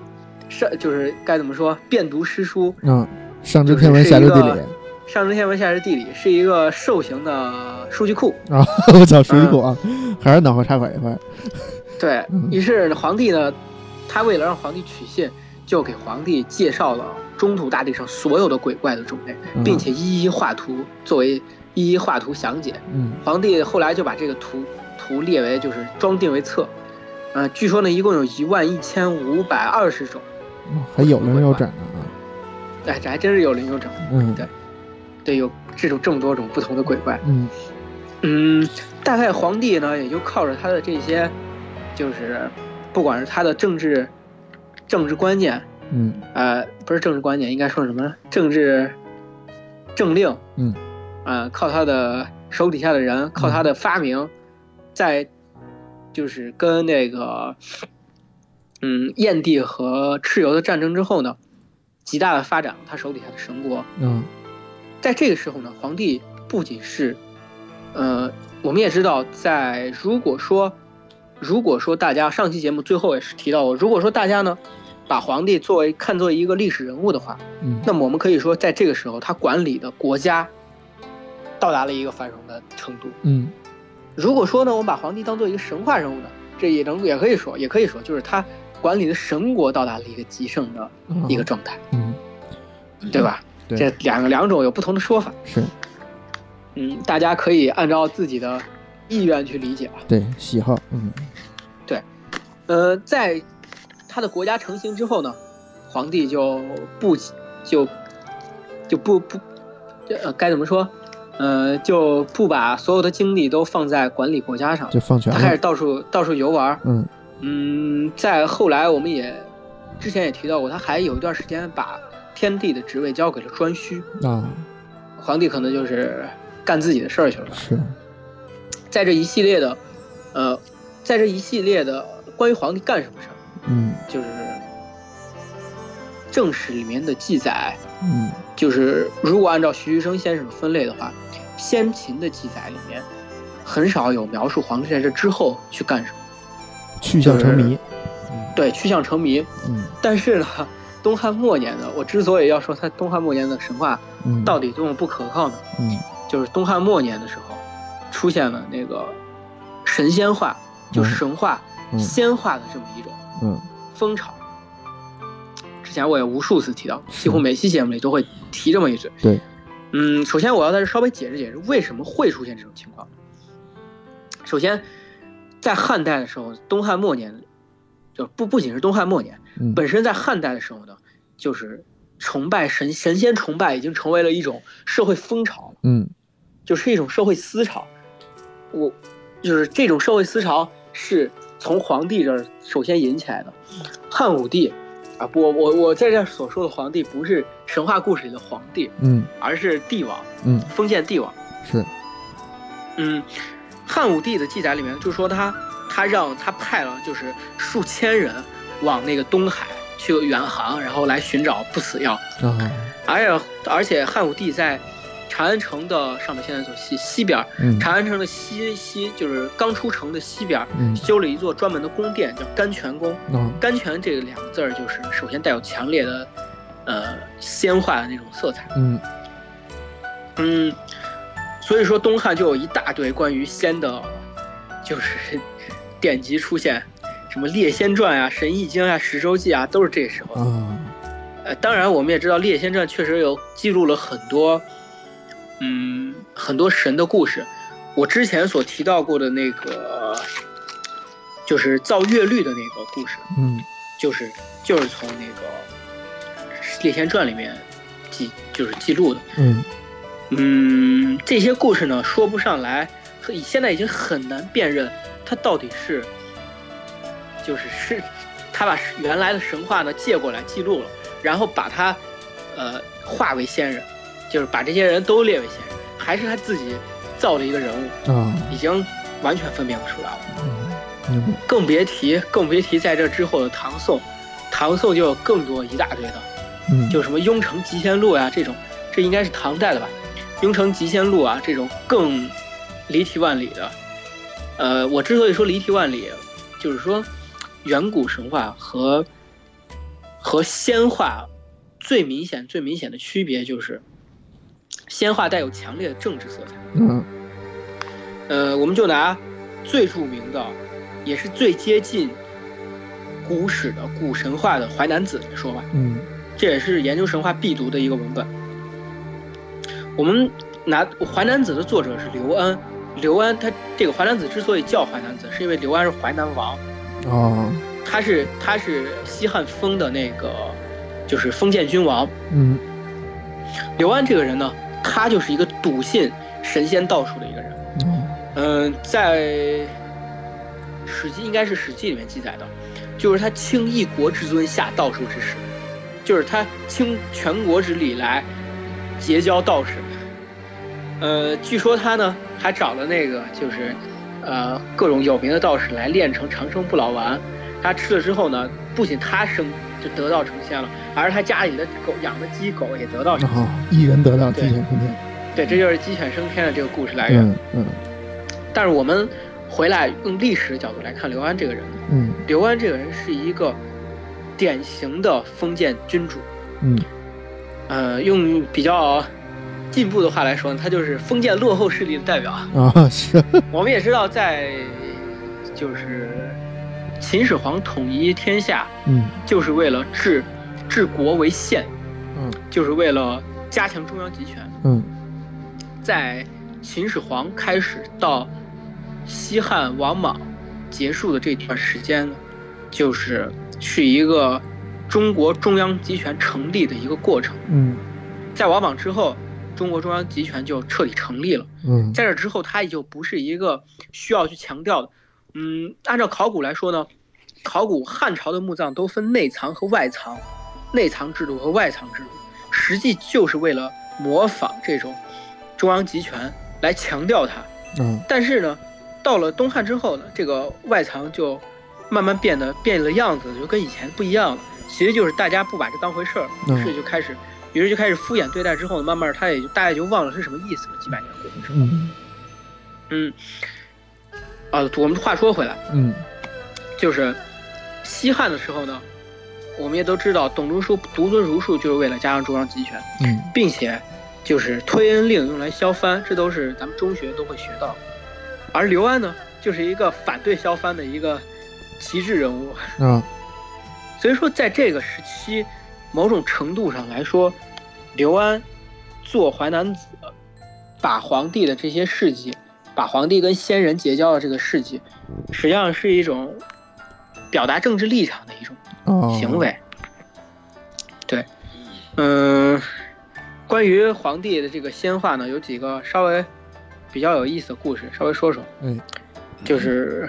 C: 上就是该怎么说，遍读诗书，
A: 啊上知天文下知地理
C: 上知天文下知地理，是一个兽形的数据库。
A: 啊我操水
C: 嗯
A: 果啊还是脑后插管一块儿
C: 对
A: 嗯
C: 于是皇帝呢，他为了让皇帝取信，就给皇帝介绍了中土大地上所有的鬼怪的种类，
A: 嗯
C: 并且一一画图作为一一画图详解。
A: 嗯
C: 皇帝后来就把这个图图列为就是装订为册。呃，据说呢，一共有一万一千五百二十种，
A: 哦还有
C: 嗯
A: 人有展呢啊
C: 哎，这还真是有零有整，
A: 嗯
C: 对对，有这种这么多种不同的鬼怪。
A: 嗯
C: 嗯，大概皇帝呢，也就靠着他的这些，就是不管是他的政治政治观念，
A: 嗯
C: 呃，不是政治观念，应该说什么呢？政治政令，
A: 嗯，
C: 呃，靠他的手底下的人，靠他的发明，在就是跟那个嗯燕地和蚩尤的战争之后呢，极大的发展了他手底下的神国。
A: 嗯
C: 在这个时候呢，皇帝不仅是，呃，我们也知道，在如果说，如果说大家上期节目最后也是提到过，如果说大家呢，把皇帝作为看作一个历史人物的话，
A: 嗯
C: 那么我们可以说，在这个时候他管理的国家，到达了一个繁荣的程度。
A: 嗯
C: 如果说呢，我们把皇帝当做一个神话人物呢，这也能也可以说，也可以说就是他管理的神国到达了一个极盛的
A: 啊
C: 一个状态，
A: 嗯
C: 对吧？
A: 对
C: 这两个两种有不同的说法。
A: 是
C: 嗯，大家可以按照自己的意愿去理解吧。啊
A: 对喜好嗯
C: 呃，在他的国家成型之后呢，皇帝就不就就不不呃该怎么说？呃，就不把所有的精力都放在管理国家上，
A: 就放权
C: 他开始
A: 了
C: 到处到处游玩儿。
A: 嗯
C: 嗯，在后来我们也之前也提到过，他还有一段时间把天帝的职位交给了颛顼，
A: 啊
C: 皇帝可能就是干自己的事儿去了。
A: 是
C: 在这一系列的，呃，在这一系列的关于皇帝干什么事儿，
A: 嗯
C: 就是正史里面的记载，
A: 嗯
C: 就是如果按照徐徐生先生的分类的话，先秦的记载里面很少有描述皇帝在这之后去干什么，
A: 去向成迷
C: 对，去向成迷。
A: 嗯
C: 但是呢，东汉末年的，我之所以要说他东汉末年的神话
A: 嗯
C: 到底多么不可靠呢，
A: 嗯
C: 就是东汉末年的时候出现了那个神仙化，就是神话、
A: 嗯
C: 仙化的这么一种。
A: 嗯
C: 风潮。之前我也无数次提到，几乎每期节目里都会提这么一嘴。
A: 对，
C: 嗯，首先我要在这稍微解释解释为什么会出现这种情况。首先，在汉代的时候，东汉末年，就不不仅是东汉末年，
A: 嗯
C: 本身在汉代的时候呢，就是崇拜神神仙崇拜已经成为了一种社会风潮，
A: 嗯
C: 就是一种社会思潮，我就是这种社会思潮是从皇帝这儿首先引起来的。汉武帝啊，不，我我我在这儿所说的皇帝不是神话故事里的皇帝，
A: 嗯
C: 而是帝王，
A: 嗯，
C: 封建帝王。
A: 是，
C: 嗯，汉武帝的记载里面就说他他让他派了就是数千人往那个东海去远航，然后来寻找不死药。
A: 啊，
C: 而且而且汉武帝在长安城的上面现在走西西边儿，
A: 嗯
C: 长安城的西西就是刚出城的西边儿，
A: 嗯
C: 修了一座专门的宫殿，叫甘泉宫。
A: 啊，
C: 甘泉这个两个字儿，就是首先带有强烈的，呃，仙化的那种色彩。
A: 嗯
C: 嗯，所以说东汉就有一大堆关于仙的，就是 典籍出现，什么《列仙传》啊、《神异经》啊、《十洲记》啊，都是这时候。
A: 啊，
C: 呃，当然我们也知道，《列仙传》确实有记录了很多，嗯，很多神的故事。我之前所提到过的那个，就是造乐律的那个故事，
A: 嗯
C: 就是就是从那个《列仙传》里面记，就是记录的。
A: 嗯
C: 嗯，这些故事呢，说不上来，很现在已经很难辨认它到底是，就是是，他把原来的神话呢借过来记录了，然后把它，呃，化为仙人，就是把这些人都列为仙人，还是他自己造了一个人物，
A: 啊，
C: 已经完全分辨不出来了。
A: 明白，
C: 更别提，更别提在这之后的唐宋，唐宋就有更多一大堆的
A: 嗯
C: 就什么《雍城集仙录》呀这种，这应该是唐代的吧，《雍城集仙录啊》这种更离题万里的。呃，我之所以说离题万里，就是说远古神话和和仙话最明显、最明显的区别就是，仙话带有强烈的政治色彩。
A: 嗯
C: 呃，我们就拿最著名的，也是最接近古史的古神话的《淮南子》来说吧。
A: 嗯
C: 这也是研究神话必读的一个文本。我们拿《淮南子》的作者是刘安，刘安他这个《淮南子》之所以叫《淮南子》，是因为刘安是淮南王，
A: 啊，
C: 他是他是西汉封的那个就是封建君王。
A: 嗯
C: 刘安这个人呢，他就是一个笃信神仙道术的一个人。嗯，在《史记》应该是《史记》里面记载的，就是他倾一国之尊下道术之师，就是他倾全国之力来结交道士。呃，据说他呢还找了那个就是呃各种有名的道士来练成长生不老丸。他吃了之后呢，不仅他升就得道成仙了，而他家里的狗养的鸡狗也得道成仙。
A: 啊，一人得道，鸡犬升天，
C: 对，这就是鸡犬升天的这个故事来源。
A: 嗯嗯
C: 但是我们回来用历史的角度来看刘安这个人，
A: 嗯
C: 刘安这个人是一个典型的封建君主，
A: 嗯
C: 呃，用比较进步的话来说呢，他就是封建落后势力的代表。
A: 啊，是，
C: 我们也知道，在就是秦始皇统一天下，
A: 嗯
C: 就是为了治治国为宪，
A: 嗯
C: 就是为了加强中央集权。
A: 嗯
C: 在秦始皇开始到西汉王莽结束的这段时间呢，就是是一个中国中央集权成立的一个过程。
A: 嗯
C: 在王莽之后，中国中央集权就彻底成立了。
A: 嗯
C: 在这之后，它也就不是一个需要去强调的。嗯，按照考古来说呢，考古汉朝的墓葬都分内藏和外藏，内藏制度和外藏制度，实际就是为了模仿这种中央集权来强调它。
A: 嗯
C: 但是呢，到了东汉之后呢，这个外藏就慢慢变得变了样子，就跟以前不一样了。其实就是大家不把这当回事儿，于
A: 嗯
C: 是就开始，于是就开始敷衍对待。之后呢，慢慢他也就大家就忘了是什么意思了。几百年过去之后。
A: 嗯
C: 嗯，啊，我们话说回来，
A: 嗯
C: 就是西汉的时候呢，我们也都知道，董仲舒独尊儒术就是为了加强中央集权，
A: 嗯
C: 并且就是推恩令用来削藩，这都是咱们中学都会学到的。而刘安呢，就是一个反对削藩的一个旗帜人物，
A: 啊，
C: 所以说在这个时期，某种程度上来说，刘安做淮南子，把皇帝的这些事迹，把皇帝跟先人结交的这个事迹，实际上是一种表达政治立场的一种
A: 哦，
C: 行为。对，嗯、关于皇帝的这个仙话呢，有几个稍微比较有意思的故事，稍微说说，
A: 哎，
C: 就是，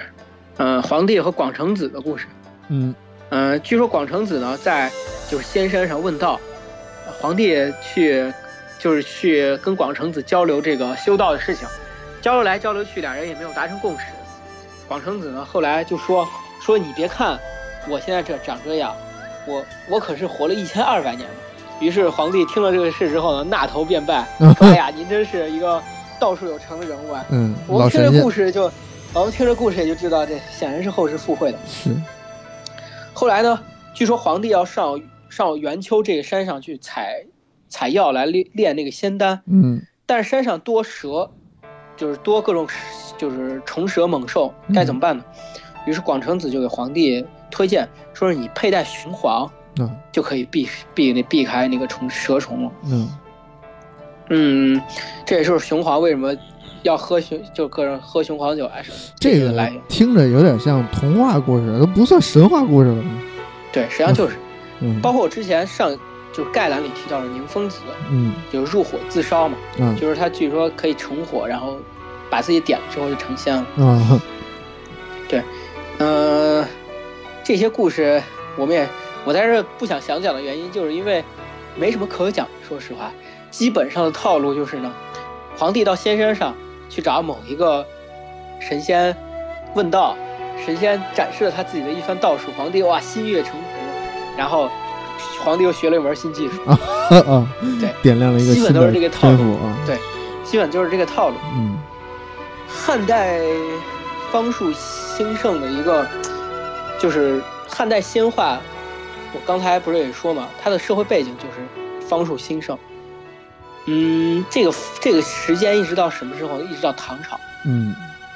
C: 呃，皇帝和广成子的故事。
A: 嗯
C: 嗯、据说广成子呢，在就是仙山上问道，呃皇帝去就是去跟广成子交流这个修道的事情，交流来交流去，俩人也没有达成共识。广成子呢，后来就说说你别看我现在这长这样，我我可是活了一千二百年了。于是皇帝听了这个事之后呢，纳头 便拜，说哎呀，您真是一个道术有成的人物啊！
A: 嗯，
C: 我
A: 老
C: 们听
A: 神
C: 这
A: 仙
C: 故事就，我们听这故事也就知道，这显然是后世附会的。
A: 是，
C: 后来呢，据说皇帝要上上元丘这个山上去采采药来炼炼那个仙丹，
A: 嗯
C: 但是山上多蛇，就是多各种就是虫蛇猛兽，
A: 嗯
C: 该怎么办呢？于是广成子就给皇帝推荐，说是你佩戴雄黄
A: 啊
C: 就可以避避那避开那个虫蛇虫了。
A: 嗯
C: 嗯，这也就是雄黄为什么要喝雄，就各种喝雄黄酒来着。
A: 这
C: 个
A: 个
C: 来源
A: 听着有点像童话故事，都不算神话故事了。
C: 对，实际上就是
A: 嗯
C: 包括我之前上就是概览里提到的宁风子，
A: 嗯
C: 就是入火自烧嘛，
A: 啊
C: 就是他据说可以成火，然后把自己点了之后就成仙了。
A: 啊
C: 嗯、这些故事我们也我在这儿不想详讲的原因，就是因为没什么可讲。说实话，基本上的套路就是呢，皇帝到仙山上去找某一个神仙问道，神仙展示了他自己的一番道术，皇帝哇心悦诚服，然后皇帝又学了一门新技术，
A: 啊啊！
C: 对，
A: 点亮了一个
C: 基
A: 新
C: 本都是
A: 的
C: 这个
A: 天
C: 套路
A: 赋啊。
C: 基本就是这个套路。
A: 嗯
C: 汉代方术兴盛的一个，就是汉代仙话。我刚才不是也说嘛，它的社会背景就是方术兴盛。嗯，这个这个时间一直到什么时候呢？一直到唐朝。
A: 嗯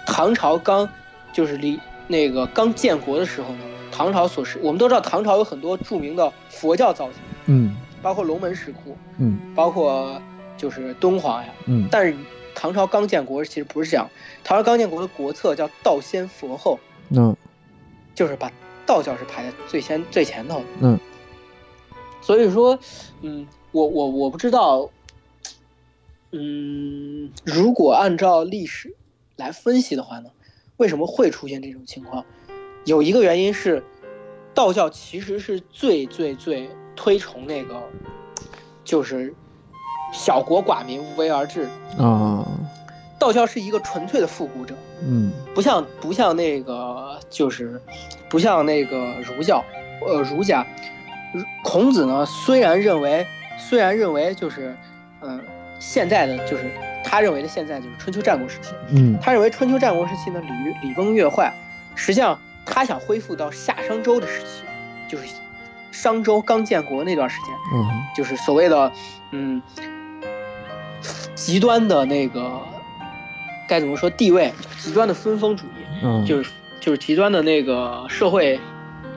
C: 唐朝刚就是离那个刚建国的时候呢，唐朝所是我们都知道，唐朝有很多著名的佛教造型，
A: 嗯
C: 包括龙门石窟，
A: 嗯
C: 包括就是敦煌呀，
A: 嗯
C: 但是唐朝刚建国其实不是这样，唐朝刚建国的国策叫道先佛后，
A: 那
C: 就是把道教是排在最先最前头的。
A: 嗯，
C: 所以说，嗯，我我我不知道，嗯，如果按照历史来分析的话呢，为什么会出现这种情况？有一个原因是，道教其实是最最最推崇那个，就是小国寡民无为而治的。
A: 啊
C: 道教是一个纯粹的复古者，
A: 嗯
C: 不像不像那个就是，不像那个儒教，呃，儒家，儒孔子呢虽然认为虽然认为就是，嗯、现在的就是他认为的现在就是春秋战国时期，
A: 嗯
C: 他认为春秋战国时期呢礼礼崩乐坏，实际上他想恢复到夏商周的时期，就是商周刚建国那段时间，
A: 啊
C: 就是所谓的嗯极端的那个该怎么说地位，极端的分封主义，
A: 啊
C: 就是就是极端的那个社会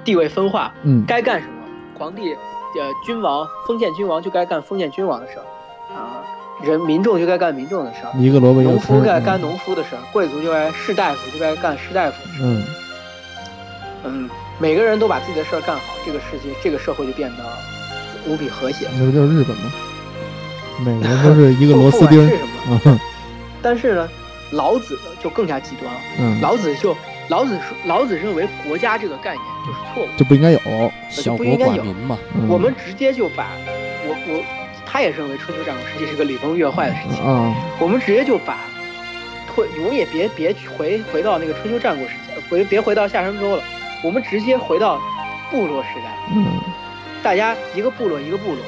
C: 地位分化，
A: 嗯
C: 该干什么，皇帝呃君王封建君王就该干封建君王的事儿啊、人民众就该干民众的事儿。
A: 一个萝卜一个
C: 农夫嗯
A: 坑。嗯
C: 该干农夫的事儿，贵族就该士大夫就该干士大夫的事儿。
A: 嗯
C: 嗯，每个人都把自己的事儿干好，这个世界这个社会就变得无比和谐。
A: 那不就是日本吗？每个人 都是一个螺丝
C: 不
A: 钉儿
C: 管是什么，
A: 啊哼
C: 但是呢，老子就更加极端了。
A: 嗯，
C: 老子就老子说，老子认为国家这个概念就是错误。
A: 就不应该有。
B: 小国寡民嘛，
A: 嗯
C: 我们直接就把我我他也认为春秋战国时期是个礼崩乐坏的时期，
A: 啊
C: 我们直接就把退，我们也别别去回回到那个春秋战国时期，回别回到夏商周了，我们直接回到部落时代，
A: 嗯
C: 大家一个部落一个部落，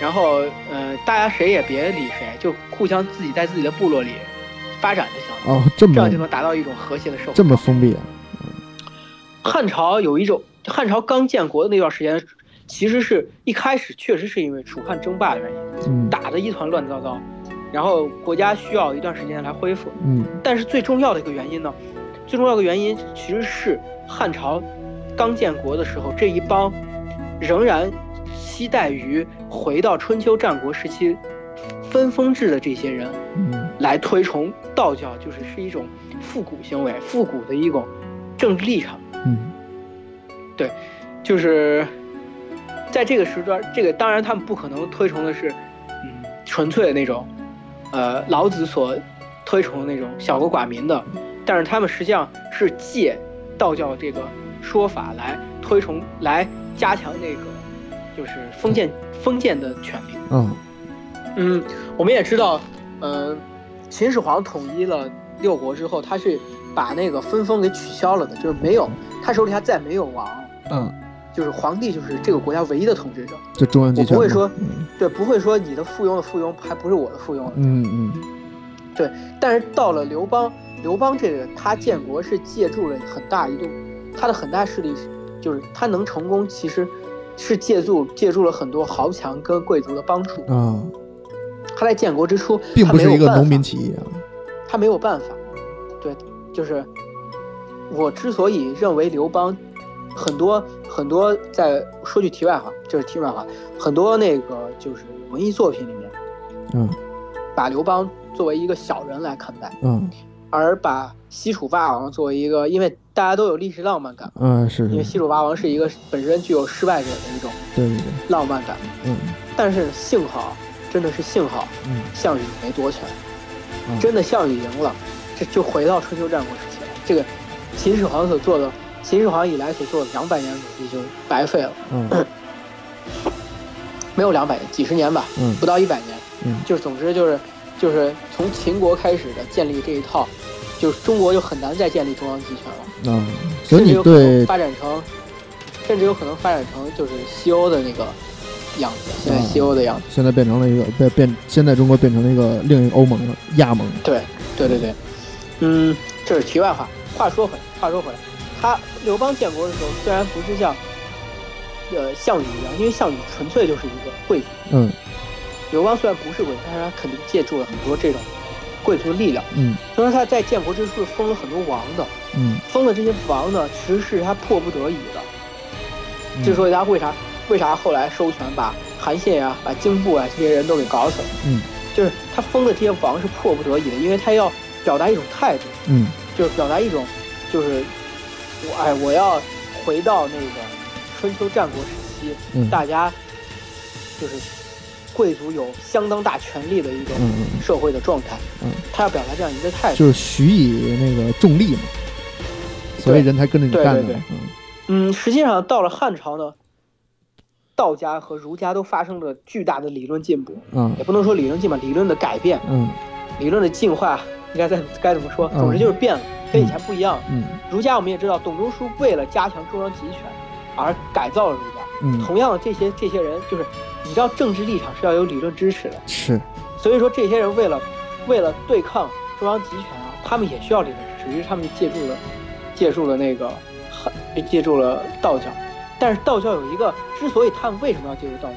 C: 然后呃，大家谁也别理谁，就互相自己在自己的部落里发展就行了，
A: 哦，这
C: 这
A: 么
C: 样就能达到一种和谐的社会。
A: 这么封闭啊？
C: 汉朝有一种，汉朝刚建国的那段时间，其实是一开始确实是因为楚汉争霸的原因，
A: 嗯
C: 打得一团乱糟糟，然后国家需要一段时间来恢复。
A: 嗯
C: 但是最重要的一个原因呢，最重要的原因其实是汉朝刚建国的时候，这一帮仍然期待于回到春秋战国时期分封制的这些人，
A: 嗯
C: 来推崇道教，就是是一种复古行为，复古的一种政治立场。
A: 嗯
C: 就是在这个时段，这个当然他们不可能推崇的是，嗯，纯粹的那种，呃，老子所推崇那种小国寡民的，但是他们实际上是借道教这个说法来推崇，来加强那个就是封建封建的权利。
A: 嗯
C: 嗯，我们也知道，呃，秦始皇统一了六国之后，他是把那个分封给取消了的，就是没有他手底下再没有王，
A: 嗯，
C: 就是皇帝就是这个国家唯一的统治者。
A: 就中央集权嘛。
C: 我不会说
A: 嗯
C: 对，不会说你的附庸的附庸还不是我的附庸了。
A: 嗯嗯
C: 但是到了刘邦，刘邦这个他建国是借助了很大一度，他的很大势力是就是他能成功，其实是借助借助了很多豪强跟贵族的帮助。
A: 啊，
C: 他在建国之初，
A: 并
C: 他
A: 不
C: 没
A: 是
C: 有
A: 一个
C: 办
A: 农民
C: 法
A: 起义啊。
C: 他没有办法。对，就是我之所以认为刘邦很多很多在说句题外话，就是题外话，很多那个就是文艺作品里面
A: 嗯
C: 把刘邦作为一个小人来看待，
A: 嗯
C: 而把西楚霸王作为一个，因为大家都有历史浪漫感，
A: 嗯，是
C: 因为
A: 是，
C: 西楚霸王是一个本身具有失败者的一种
A: 对对对，
C: 浪漫感。
A: 嗯
C: 但是幸好，真的是幸好，
A: 嗯
C: 项羽没夺权
A: 嗯，
C: 真的项羽赢了，这就回到春秋战国时期了。这个秦始皇所做的，秦始皇以来所做的两百年努力就白费了，
A: 嗯
C: 没有两百年，几十年吧，
A: 嗯
C: 不到一百年。
A: 嗯
C: 就总之就是，就是从秦国开始的建立这一套，就是中国就很难再建立中央集权了，
A: 啊，所以
C: 甚至
A: 你
C: 有可能
A: 对
C: 发展成，甚至有可能发展成就是西欧的那个样子，现在西欧的样子。
A: 现在变成了一个变变，现在中国变成了一个另一个欧盟了，亚盟。
C: 对，对对对，嗯，这是题外话。话说回来，话说回来，他刘邦建国的时候，虽然不是像，呃，项羽一样，因为项羽纯粹就是一个贵族。
A: 嗯
C: 刘邦虽然不是贵族，但是他肯定借助了很多这种贵族的力量。
A: 嗯
C: 所以说他在建国之初封了很多王的，
A: 嗯，
C: 封了这些王呢，其实是他迫不得已的。
A: 嗯
C: 之所以他为啥为啥后来收权把韩信啊、把荆布啊这些人都给搞死了，
A: 嗯，
C: 就是他封的这些王是迫不得已的，因为他要表达一种态度，
A: 嗯
C: 就是表达一种，就是我哎，我要回到那个春秋战国时期，
A: 嗯
C: 大家就是贵族有相当大权力的一种
A: 嗯嗯，
C: 社会的状态，
A: 嗯，
C: 他要表达这样一个态度，
A: 就是许以那个重利嘛，所以人才跟着你
C: 对
A: 干
C: 对
A: 的
C: 对。
A: 嗯
C: 嗯，实际上到了汉朝呢，道家和儒家都发生了巨大的理论进步，
A: 啊
C: 也不能说理论进步，理论的改变，
A: 嗯
C: 理论的进化，应该怎该怎么说？
A: 嗯
C: 总之就是变了，跟以前不一样了。
A: 嗯
C: 儒家我们也知道，董仲舒为了加强中央集权而改造了儒家。
A: 嗯，
C: 同样，这些这些人就是，你知道政治立场是要有理论支持的，
A: 是
C: 所以说这些人为了为了对抗中央集权啊，他们也需要理论支持，于是他们就借助了借助了那个汉借助了道教。但是道教有一个，之所以他们为什么要借助道教，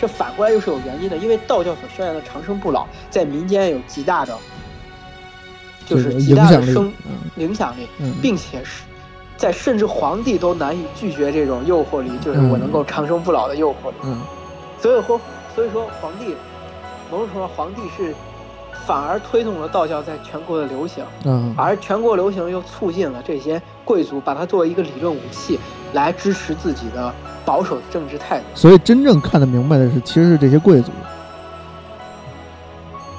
C: 这反过来又是有原因的，因为道教所宣扬的长生不老，在民间有极大的就是
A: 这个
C: 极
A: 影
C: 大的
A: 响力
C: 生。
A: 嗯
C: 影响力，
A: 嗯
C: 并且是在甚至皇帝都难以拒绝这种诱惑力，就是我能够长生不老的诱惑力。
A: 嗯
C: 所以说，所以说皇帝某种程度上，皇帝是反而推动了道教在全国的流行，
A: 嗯
C: 而全国流行又促进了这些贵族把它作为一个理论武器来支持自己的保守政治态度。
A: 所以真正看得明白的是，其实是这些贵族。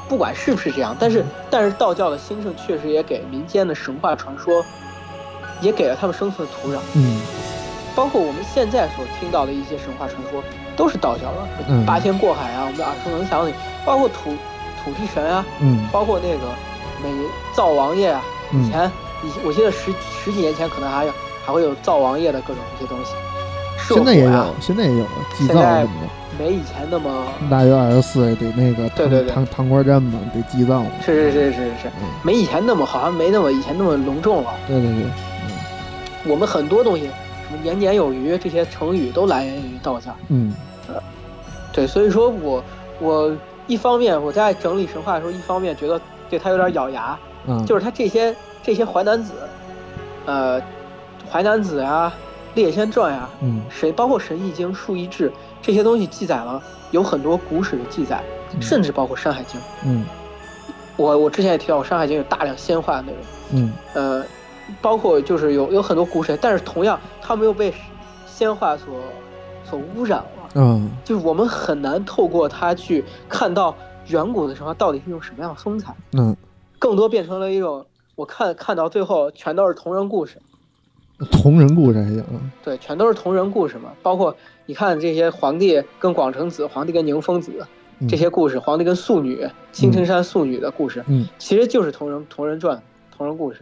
C: 不管是不是这样，
A: 嗯
C: 但是但是道教的兴盛确实也给民间的神话传说，也给了他们生存的土壤。
A: 嗯
C: 包括我们现在所听到的一些神话传说，都是道教的，
A: 嗯
C: 八仙过海啊，我们耳熟能详的，包括土土地神啊，
A: 嗯
C: 包括那个每灶王爷啊，以
A: 嗯
C: 前以我记得十十几年前可能还有还会有灶王爷的各种这些东西，社火
A: 现在也
C: 啊
A: 有，现在也有祭
C: 现
A: 灶
C: 在
A: 什么的。
C: 没以前那么
A: 大约二十四得那个
C: 对对对
A: 糖糖瓜粘嘛，得祭灶嘛。
C: 是是是是是
A: 嗯，
C: 没以前那么好像没那么以前那么隆重了、
A: 对对对，
C: 我们很多东西，什么年年有余这些成语都来源于道教。
A: 嗯
C: 对，所以说我我一方面我在整理神话的时候，一方面觉得对他有点咬牙，
A: 啊，
C: 就是他这些这些淮南子，呃，淮南子啊，列仙传啊呀、
A: 嗯
C: 神包括《神异经》《数异志》这些东西记载了有很多古史的记载，
A: 嗯
C: 甚至包括《山海经》。
A: 嗯
C: 我我之前也提到，《山海经》有大量仙话的内容，
A: 嗯
C: 呃，包括就是有有很多古神，但是同样他们又被仙话所所污染了。
A: 啊
C: 就是我们很难透过它去看到远古的神话到底是一种什么样的风采。
A: 嗯
C: 更多变成了一种，我看看到最后全都是同人故事，
A: 同人故事还有啊
C: 对，全都是同人故事嘛。包括你看这些皇帝跟广成子、皇帝跟宁风子
A: 嗯
C: 这些故事，皇帝跟素女、青城山素女的故事，
A: 嗯，
C: 其实就是同人同人传、同人故事。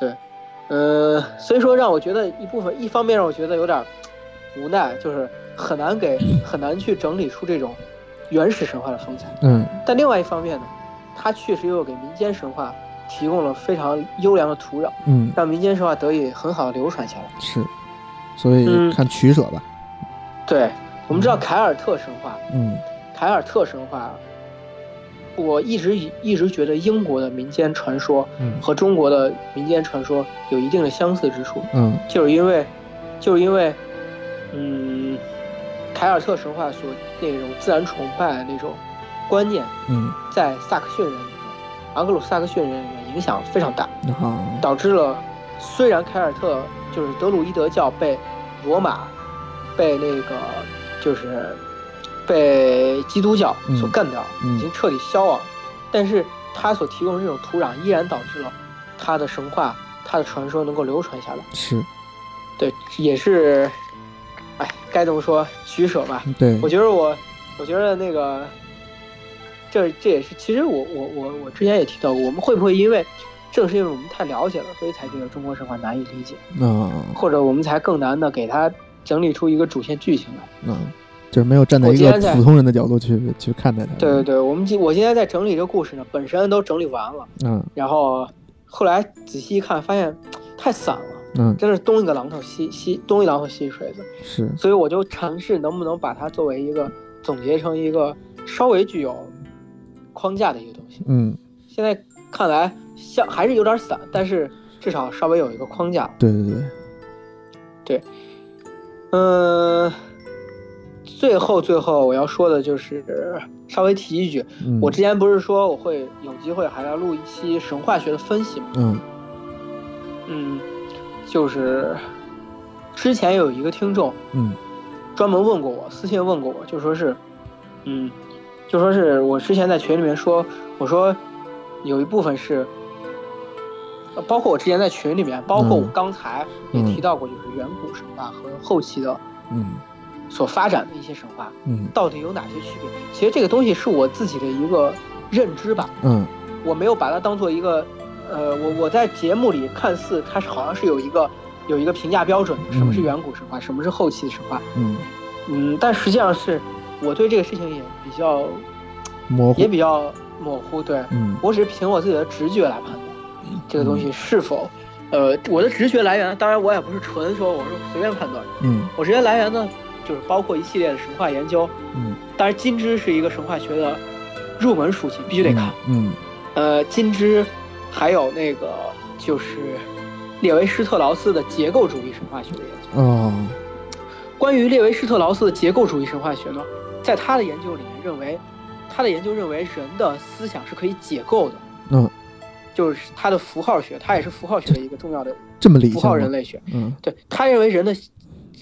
C: 对，呃，所以说让我觉得一部分，一方面让我觉得有点儿无奈，就是很难给很难去整理出这种原始神话的风采。
A: 嗯
C: 但另外一方面呢，它确实又给民间神话提供了非常优良的土壤，
A: 嗯
C: 让民间神话得以很好的流传下来。
A: 是，所以
C: 嗯
A: 看取舍吧。
C: 对，我们知道凯尔特神话，
A: 嗯
C: 凯尔特神话，我一直以一直觉得英国的民间传说
A: 嗯
C: 和中国的民间传说有一定的相似之处，
A: 嗯
C: 就是因为，就是因为，嗯，凯尔特神话所那种自然崇拜的那种观念，
A: 嗯
C: 在萨克逊人里面，盎格鲁撒克逊人里面影响非常大。
A: 啊
C: 导致了虽然凯尔特就是德鲁伊德教被罗马、被那个就是被基督教所干掉，
A: 嗯嗯
C: 已经彻底消亡，但是它所提供的这种土壤依然导致了它的神话、它的传说能够流传下来。
A: 是
C: 对，也是，哎，该怎么说取舍吧。
A: 对
C: 我觉得我，我觉得那个，这这也是，其实我我我我之前也提到过，我们会不会因为正是因为我们太了解了，所以才觉得中国神话难以理解，
A: 啊
C: 或者我们才更难的给它整理出一个主线剧情来？
A: 啊，就是没有站在
C: 我
A: 一
C: 今
A: 个
C: 天在
A: 普通人的角度去去看待它。
C: 对对对，我们今我今天在整理这个故事呢，本身都整理完了，
A: 嗯
C: 然后后来仔细一看，发现太散了，
A: 嗯
C: 真是东一个榔头西西东一榔头西一锤子，
A: 是
C: 所以我就尝试能不能把它作为一个总结成一个稍微具有框架的一个东西。
A: 嗯
C: 现在看来像还是有点散，但是至少稍微有一个框架。
A: 对对对
C: 嗯、最后最后我要说的就是稍微提一句，
A: 嗯
C: 我之前不是说我会有机会还要录一期神话学的分析吗？
A: 嗯
C: 嗯，就是之前有一个听众
A: 嗯
C: 专门问过我，私信问过我，就说是，嗯，就说是我之前在群里面说，我说有一部分是，呃包括我之前在群里面，包括我
A: 嗯
C: 刚才也提到过，就是远古神话和后期的
A: 嗯
C: 所发展的一些神话
A: 嗯
C: 到底有哪些区别？其实这个东西是我自己的一个认知吧，
A: 嗯
C: 我没有把它当做一个，呃，我我在节目里看似它是好像是有一个有一个评价标准的，什么是
A: 嗯
C: 远古神话，什么是后期的神话。
A: 嗯
C: 嗯，但实际上是我对这个事情也比较
A: 模糊
C: 也比较模糊，对
A: 嗯
C: 我只是凭我自己的直觉来判断这个东西是否，
A: 嗯
C: 呃，我的直觉来源，当然我也不是纯说我是随便判断，
A: 嗯
C: 我直觉来源呢就是包括一系列的神话研究，
A: 嗯
C: 当然金枝是一个神话学的入门书籍，必须得看，
A: 嗯
C: 呃，金枝还有那个就是列维施特劳斯的结构主义神话学的研究。
A: 哦
C: 关于列维施特劳斯的结构主义神话学呢，在他的研究里面认为，他的研究认为人的思想是可以解构的，
A: 嗯，
C: 就是他的符号学，他也是符号学的一个重要的
A: 这么理
C: 符
A: 性吗
C: 号人类学。
A: 嗯
C: 对他认为人的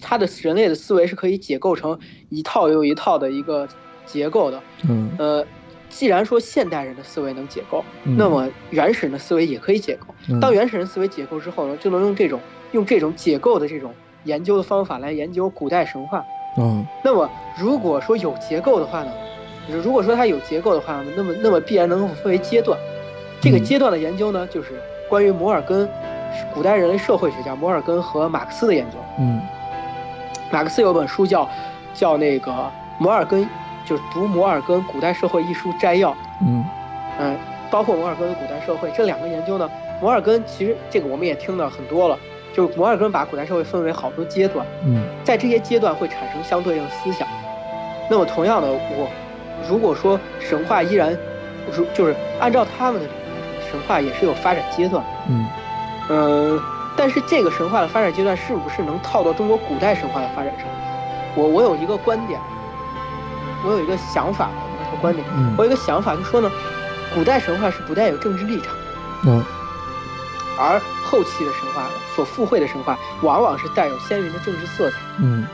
C: 他的人类的思维是可以解构成一套又一套的一个结构的。
A: 嗯
C: 呃，既然说现代人的思维能解构，
A: 嗯
C: 那么原始人的思维也可以解构。
A: 嗯
C: 当原始人思维解构之后呢，就能用这种用这种解构的这种研究的方法来研究古代神话。
A: 哦
C: 那么如果说有结构的话呢，就是如果说它有结构的话呢，那么那么必然能够分为阶段。这个
A: 嗯
C: 阶段的研究呢，就是关于摩尔根，古代人类社会学家摩尔根和马克思的研究。
A: 嗯
C: 马克思有本书叫叫那个摩尔根，就是读摩尔根《古代社会》一书摘要。
A: 嗯
C: 嗯，包括摩尔根的古代社会这两个研究呢，摩尔根其实这个我们也听到很多了，就是摩尔根把古代社会分为好多阶段，
A: 嗯
C: 在这些阶段会产生相对应的思想。那么同样的，我如果说神话依然，如就是按照他们的理论来说，神话也是有发展阶段。
A: 嗯
C: 嗯，但是这个神话的发展阶段是不是能套到中国古代神话的发展上？我我有一个观点，我有一个想法，我有一个观点，
A: 嗯
C: 我有一个想法，就说呢，古代神话是不带有政治立场的，
A: 嗯
C: 而后期的神话所附会的神话，往往是带有鲜明的政治色彩。
A: 嗯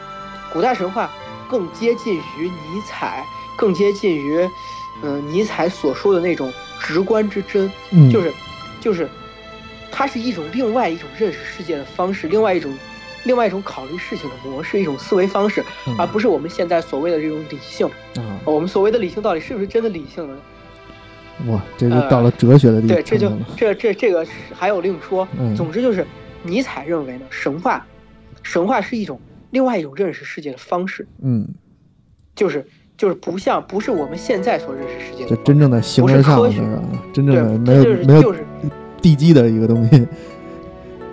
C: 古代神话呃更接近于尼采，更接近于，嗯、尼采所说的那种直观之真，
A: 嗯，
C: 就是就是，它是一种另外一种认识世界的方式，另外一种另外一种考虑事情的模式，一种思维方式，
A: 嗯
C: 而不是我们现在所谓的这种理性。
A: 啊，
C: 我们所谓的理性到底是不是真的理性呢？
A: 哇，这就到了哲学的地
C: 呃对，
A: 方
C: 这就
A: 了。
C: 这这这个是还有另说。
A: 嗯
C: 总之就是，尼采认为呢，神话，神话是一种另外一种认识世界的方式，
A: 嗯，
C: 就是就是不像不是我们现在所认识世界的
A: 这
C: 方式
A: 真正的形而上
C: 不
A: 的
C: 是科学
A: 是吧？真正
C: 对
A: 的，没
C: 它
A: 有
C: 就是
A: 没
C: 就
A: 有
C: 是
A: 地基的一个东西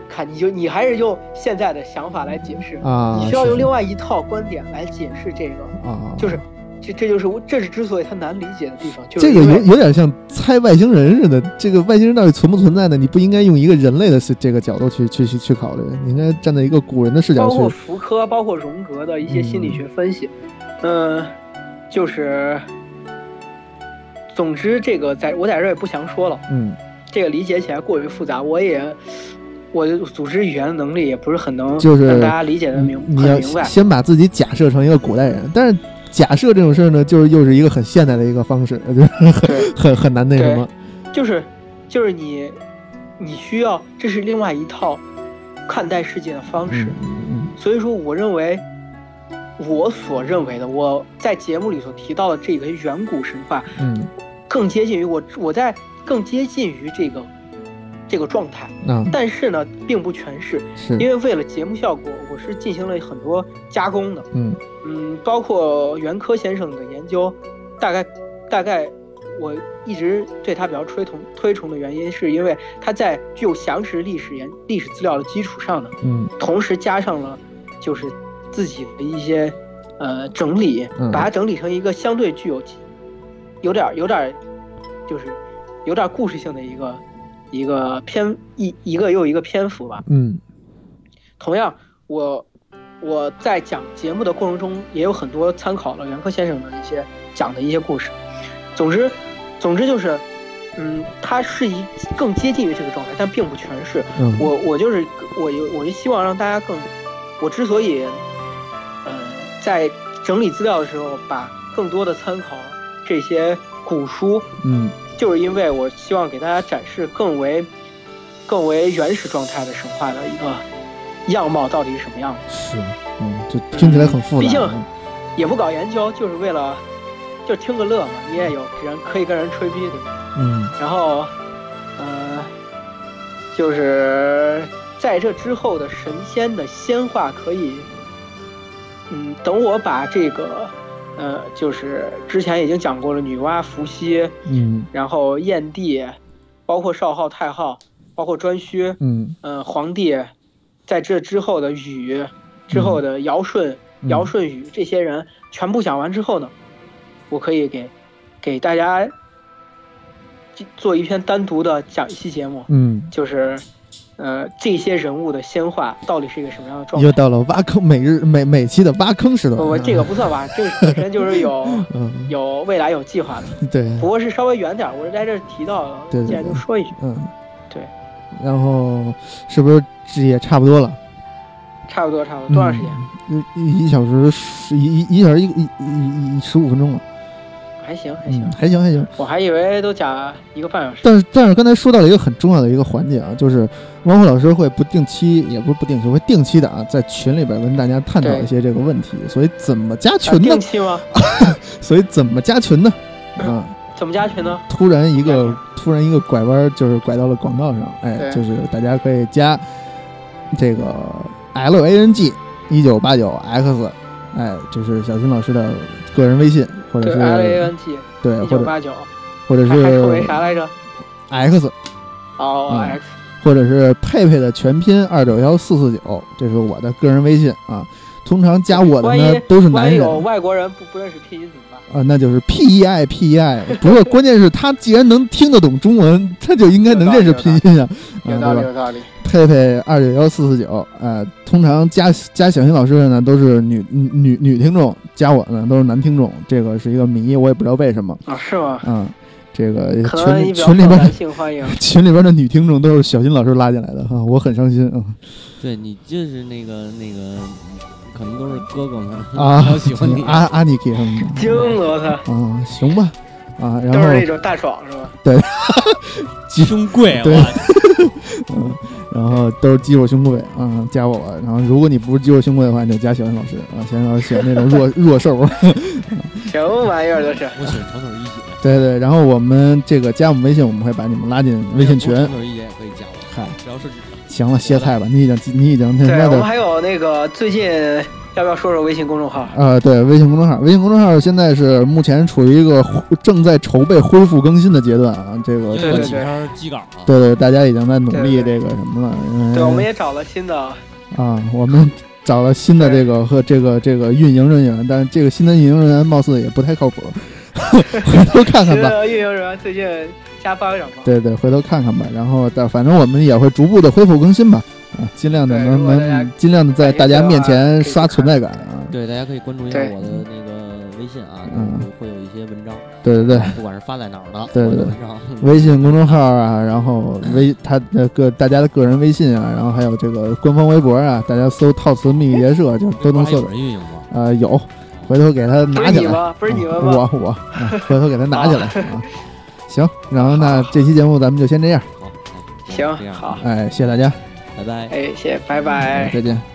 C: 看你就你还是用现在的想法来解释，
A: 啊。
C: 你需要
A: 是
C: 用另
A: 是
C: 外一套观点来解释这个，
A: 啊，
C: 就是这这就是我这是之所以它难理解的地方，就是
A: 这个
C: 因为
A: 有有点像猜外星人似的，这个外星人到底存不存在呢？你不应该用一个人类的这这个角度去去去去考虑，你应该站在一个古人的视角
C: 包括
A: 去。
C: 福柯，包括荣格的一些心理学分析，嗯、就是，总之这个在我在这儿也不详说了，
A: 嗯，
C: 这个理解起来过于复杂，我也我的组织语言的能力也不是很能
A: 就是
C: 让大家理解的明
A: 你要
C: 很明白，
A: 先把自己假设成一个古代人，但是假设这种事儿呢，就是又是一个很现代的一个方式，就是
C: 对
A: 很很很难那什么。
C: 就是就是你你需要这是另外一套看待世界的方式
A: 嗯，嗯
C: 所以说，我认为，我所认为的，我在节目里所提到的这个远古神话，
A: 嗯
C: 更接近于我我在更接近于这个这个状态，
A: 嗯啊
C: 但是呢，并不全是，
A: 是
C: 因为为了节目效果，我是进行了很多加工的，
A: 嗯
C: 嗯，包括袁科先生的研究，大概大概。我一直对他比较推崇推崇的原因，是因为他在具有详实历史研历史资料的基础上呢，
A: 嗯
C: 同时加上了就是自己的一些呃整理
A: 嗯，
C: 把它整理成一个相对具有有点儿有点儿就是有点儿故事性的一个一个篇一一个又一个篇幅吧。
A: 嗯
C: 同样，我我在讲节目的过程中，也有很多参考了袁科先生的一些讲的一些故事。总之，总之就是，嗯，它是一更接近于这个状态，但并不全是。
A: 嗯，
C: 我我就是我有我就希望让大家更，我之所以，呃，在整理资料的时候把更多的参考这些古书，
A: 嗯
C: 就是因为我希望给大家展示更为更为原始状态的神话的一个样貌到底是什么样的。
A: 是嗯，就听起来很复杂。
C: 毕竟也不搞研究，就是为了就听个乐嘛，你也有人可以跟人吹逼对吧？
A: 嗯
C: 然后，呃，就是在这之后的神仙的仙话可以，嗯，等我把这个，呃，就是之前已经讲过了女娲、伏羲，
A: 嗯
C: 然后燕帝，包括少昊、太昊，包括颛顼，
A: 嗯
C: 呃，黄帝，在这之后的禹，之后的尧舜、
A: 嗯
C: 尧舜禹这些人全部讲完之后呢，我可以给给大家记做一篇单独的讲一期节目，
A: 嗯，
C: 就是呃这些人物的仙话到底是一个什么样的状
A: 又
C: 态。
A: 到了挖坑每日每每期的挖坑时段。
C: 我我这个不算吧，这个本身就是有
A: 嗯
C: 有未来有计划的，
A: 对
C: 不过是稍微远点儿，我是在这儿提到了，
A: 对对
C: 既然就说一句，
A: 嗯
C: 对，
A: 然后是不是这也差不多了？
C: 差不多差不多多长时间？
A: 嗯？一一小时十一一一小时一一一一十五分钟了，
C: 还行还行
A: 嗯，，还行还行。
C: 我还以为都讲一个半小时。
A: 但是但是刚才说到了一个很重要的一个环节啊，就是汪峰老师会不定期，也不是不定期，会定期的啊，在群里边跟大家探讨一些这个问题。所以怎么加
C: 啊
A: 群呢
C: 定？期吗？
A: 所以怎么加群呢？ 啊，
C: 怎么加群呢？
A: 突然一个
C: 嗯
A: 突然一个拐弯，就是拐到了广告上，哎，
C: 对
A: 就是大家可以加这个 L A N G 一九八九 X，哎，这是小新老师的个人微信，或者
C: 对
A: 是
C: ，L A N G
A: 对，
C: 一
A: 或
C: 九
A: 者
C: 八九，
A: 呃或者
C: 还还称为
A: 是
C: 啥来着？
A: X，
C: 哦
A: 嗯
C: ，X，
A: 或者是佩佩的全拼二九幺四四九，这是我的个人微信啊。通常加我的
C: 万
A: 呢
C: 一
A: 都是
C: 万
A: 男
C: 一
A: 人
C: 有外国人不不认识拼音怎么办？
A: 啊，那就是 P E I P E I。不是， 关键是他既然能听得懂中文，他就应该能认识拼音啊，啊对
C: 有道理，
A: 吧？
C: 有道理。
A: 佩佩二九幺四四九，呃，通常加加小新老师的呢都是女女女女听众，加我呢都是男听众，这个是一个谜，我也不知道为什么。
C: 啊，是吗？
A: 嗯，这个
C: 可
A: 群
C: 能你
A: 里
C: 比较
A: 群里边
C: 男
A: 的
C: 性欢迎。
A: 群里边的女听众都是小新老师拉进来的哈、我很伤心啊。
B: 对你就是那个那个，可能都是哥哥们
A: 啊
B: 嗯 比较喜欢你。
A: 阿阿尼克什么的
C: 惊了他，
A: 啊，行吧，啊，然
C: 都
A: 后
C: 是那种大爽是吧？
B: 胸贵，
A: 对
B: 哇
A: 嗯，然后都是肌肉胸贵啊，加我。然后如果你不是肌肉胸贵的话，你就加小袁老师啊，小袁老师喜欢那种弱弱瘦。
C: 什么玩意儿都是。
A: 嗯
B: 我喜欢长腿一姐，
A: 对对，然后我们这个加我们微信，我们会把你们拉进微信群
B: 长。腿一姐也可以加我，
A: 嗨，
B: 只要是
A: 行了，歇菜吧，你已经你已经他
C: 对
A: 妈
C: 我
A: 的
C: 们还有那个最近要不要说说微信公众号？
A: 呃，对，微信公众号，微信公众号现在是目前处于一个恢正在筹备恢复更新的阶段啊，这个
B: 我
C: 对
B: 有
C: 对
B: 几
C: 对
B: 篇基稿啊，
A: 对对，大家已经在努
C: 对
A: 力
C: 对
A: 这个什么了，嗯，
C: 对，我们也找了新的，
A: 啊，我们找了新的这个和这个这个运营人员，但是这个新的运营人员貌似也不太靠谱， 回头看看
C: 新
A: 吧。
C: 的运营人员最近加班了嘛？
A: 对对，回头看看吧。然后，但反正我们也会逐步的恢复更新吧，啊，尽量的
C: 对
A: 能
C: 如果大家
A: 能尽量的在大家面前刷存在感啊。
B: 对，大家可以关注一下
C: 对
B: 我的那个微信啊，
A: 嗯
B: 会有一些文章，
A: 对对对，
B: 不管是发在哪儿的，
A: 对对
B: 我的
A: 对
B: 文章，
A: 微信公众号啊，然后微他的个大家的个人微信啊，然后还有这个官方微博啊，大家搜“套词密结社”就都能
B: 微博还
A: 搜
B: 有
A: 到。
B: 人运营吗？
A: 呃，有，回头给他
C: 不
A: 拿
C: 是
A: 起
C: 你
A: 来。
C: 吗？不是你们
A: 啊
C: 吗？
A: 我 我、啊回头给他拿起来啊。行，然后那这期节目咱们就先这样，
B: 好，哎
C: 行
B: 这样啊
C: 好
A: 哎，谢谢大家，
B: 拜拜。
C: 哎，谢谢，拜拜。
A: 再见。
B: 拜拜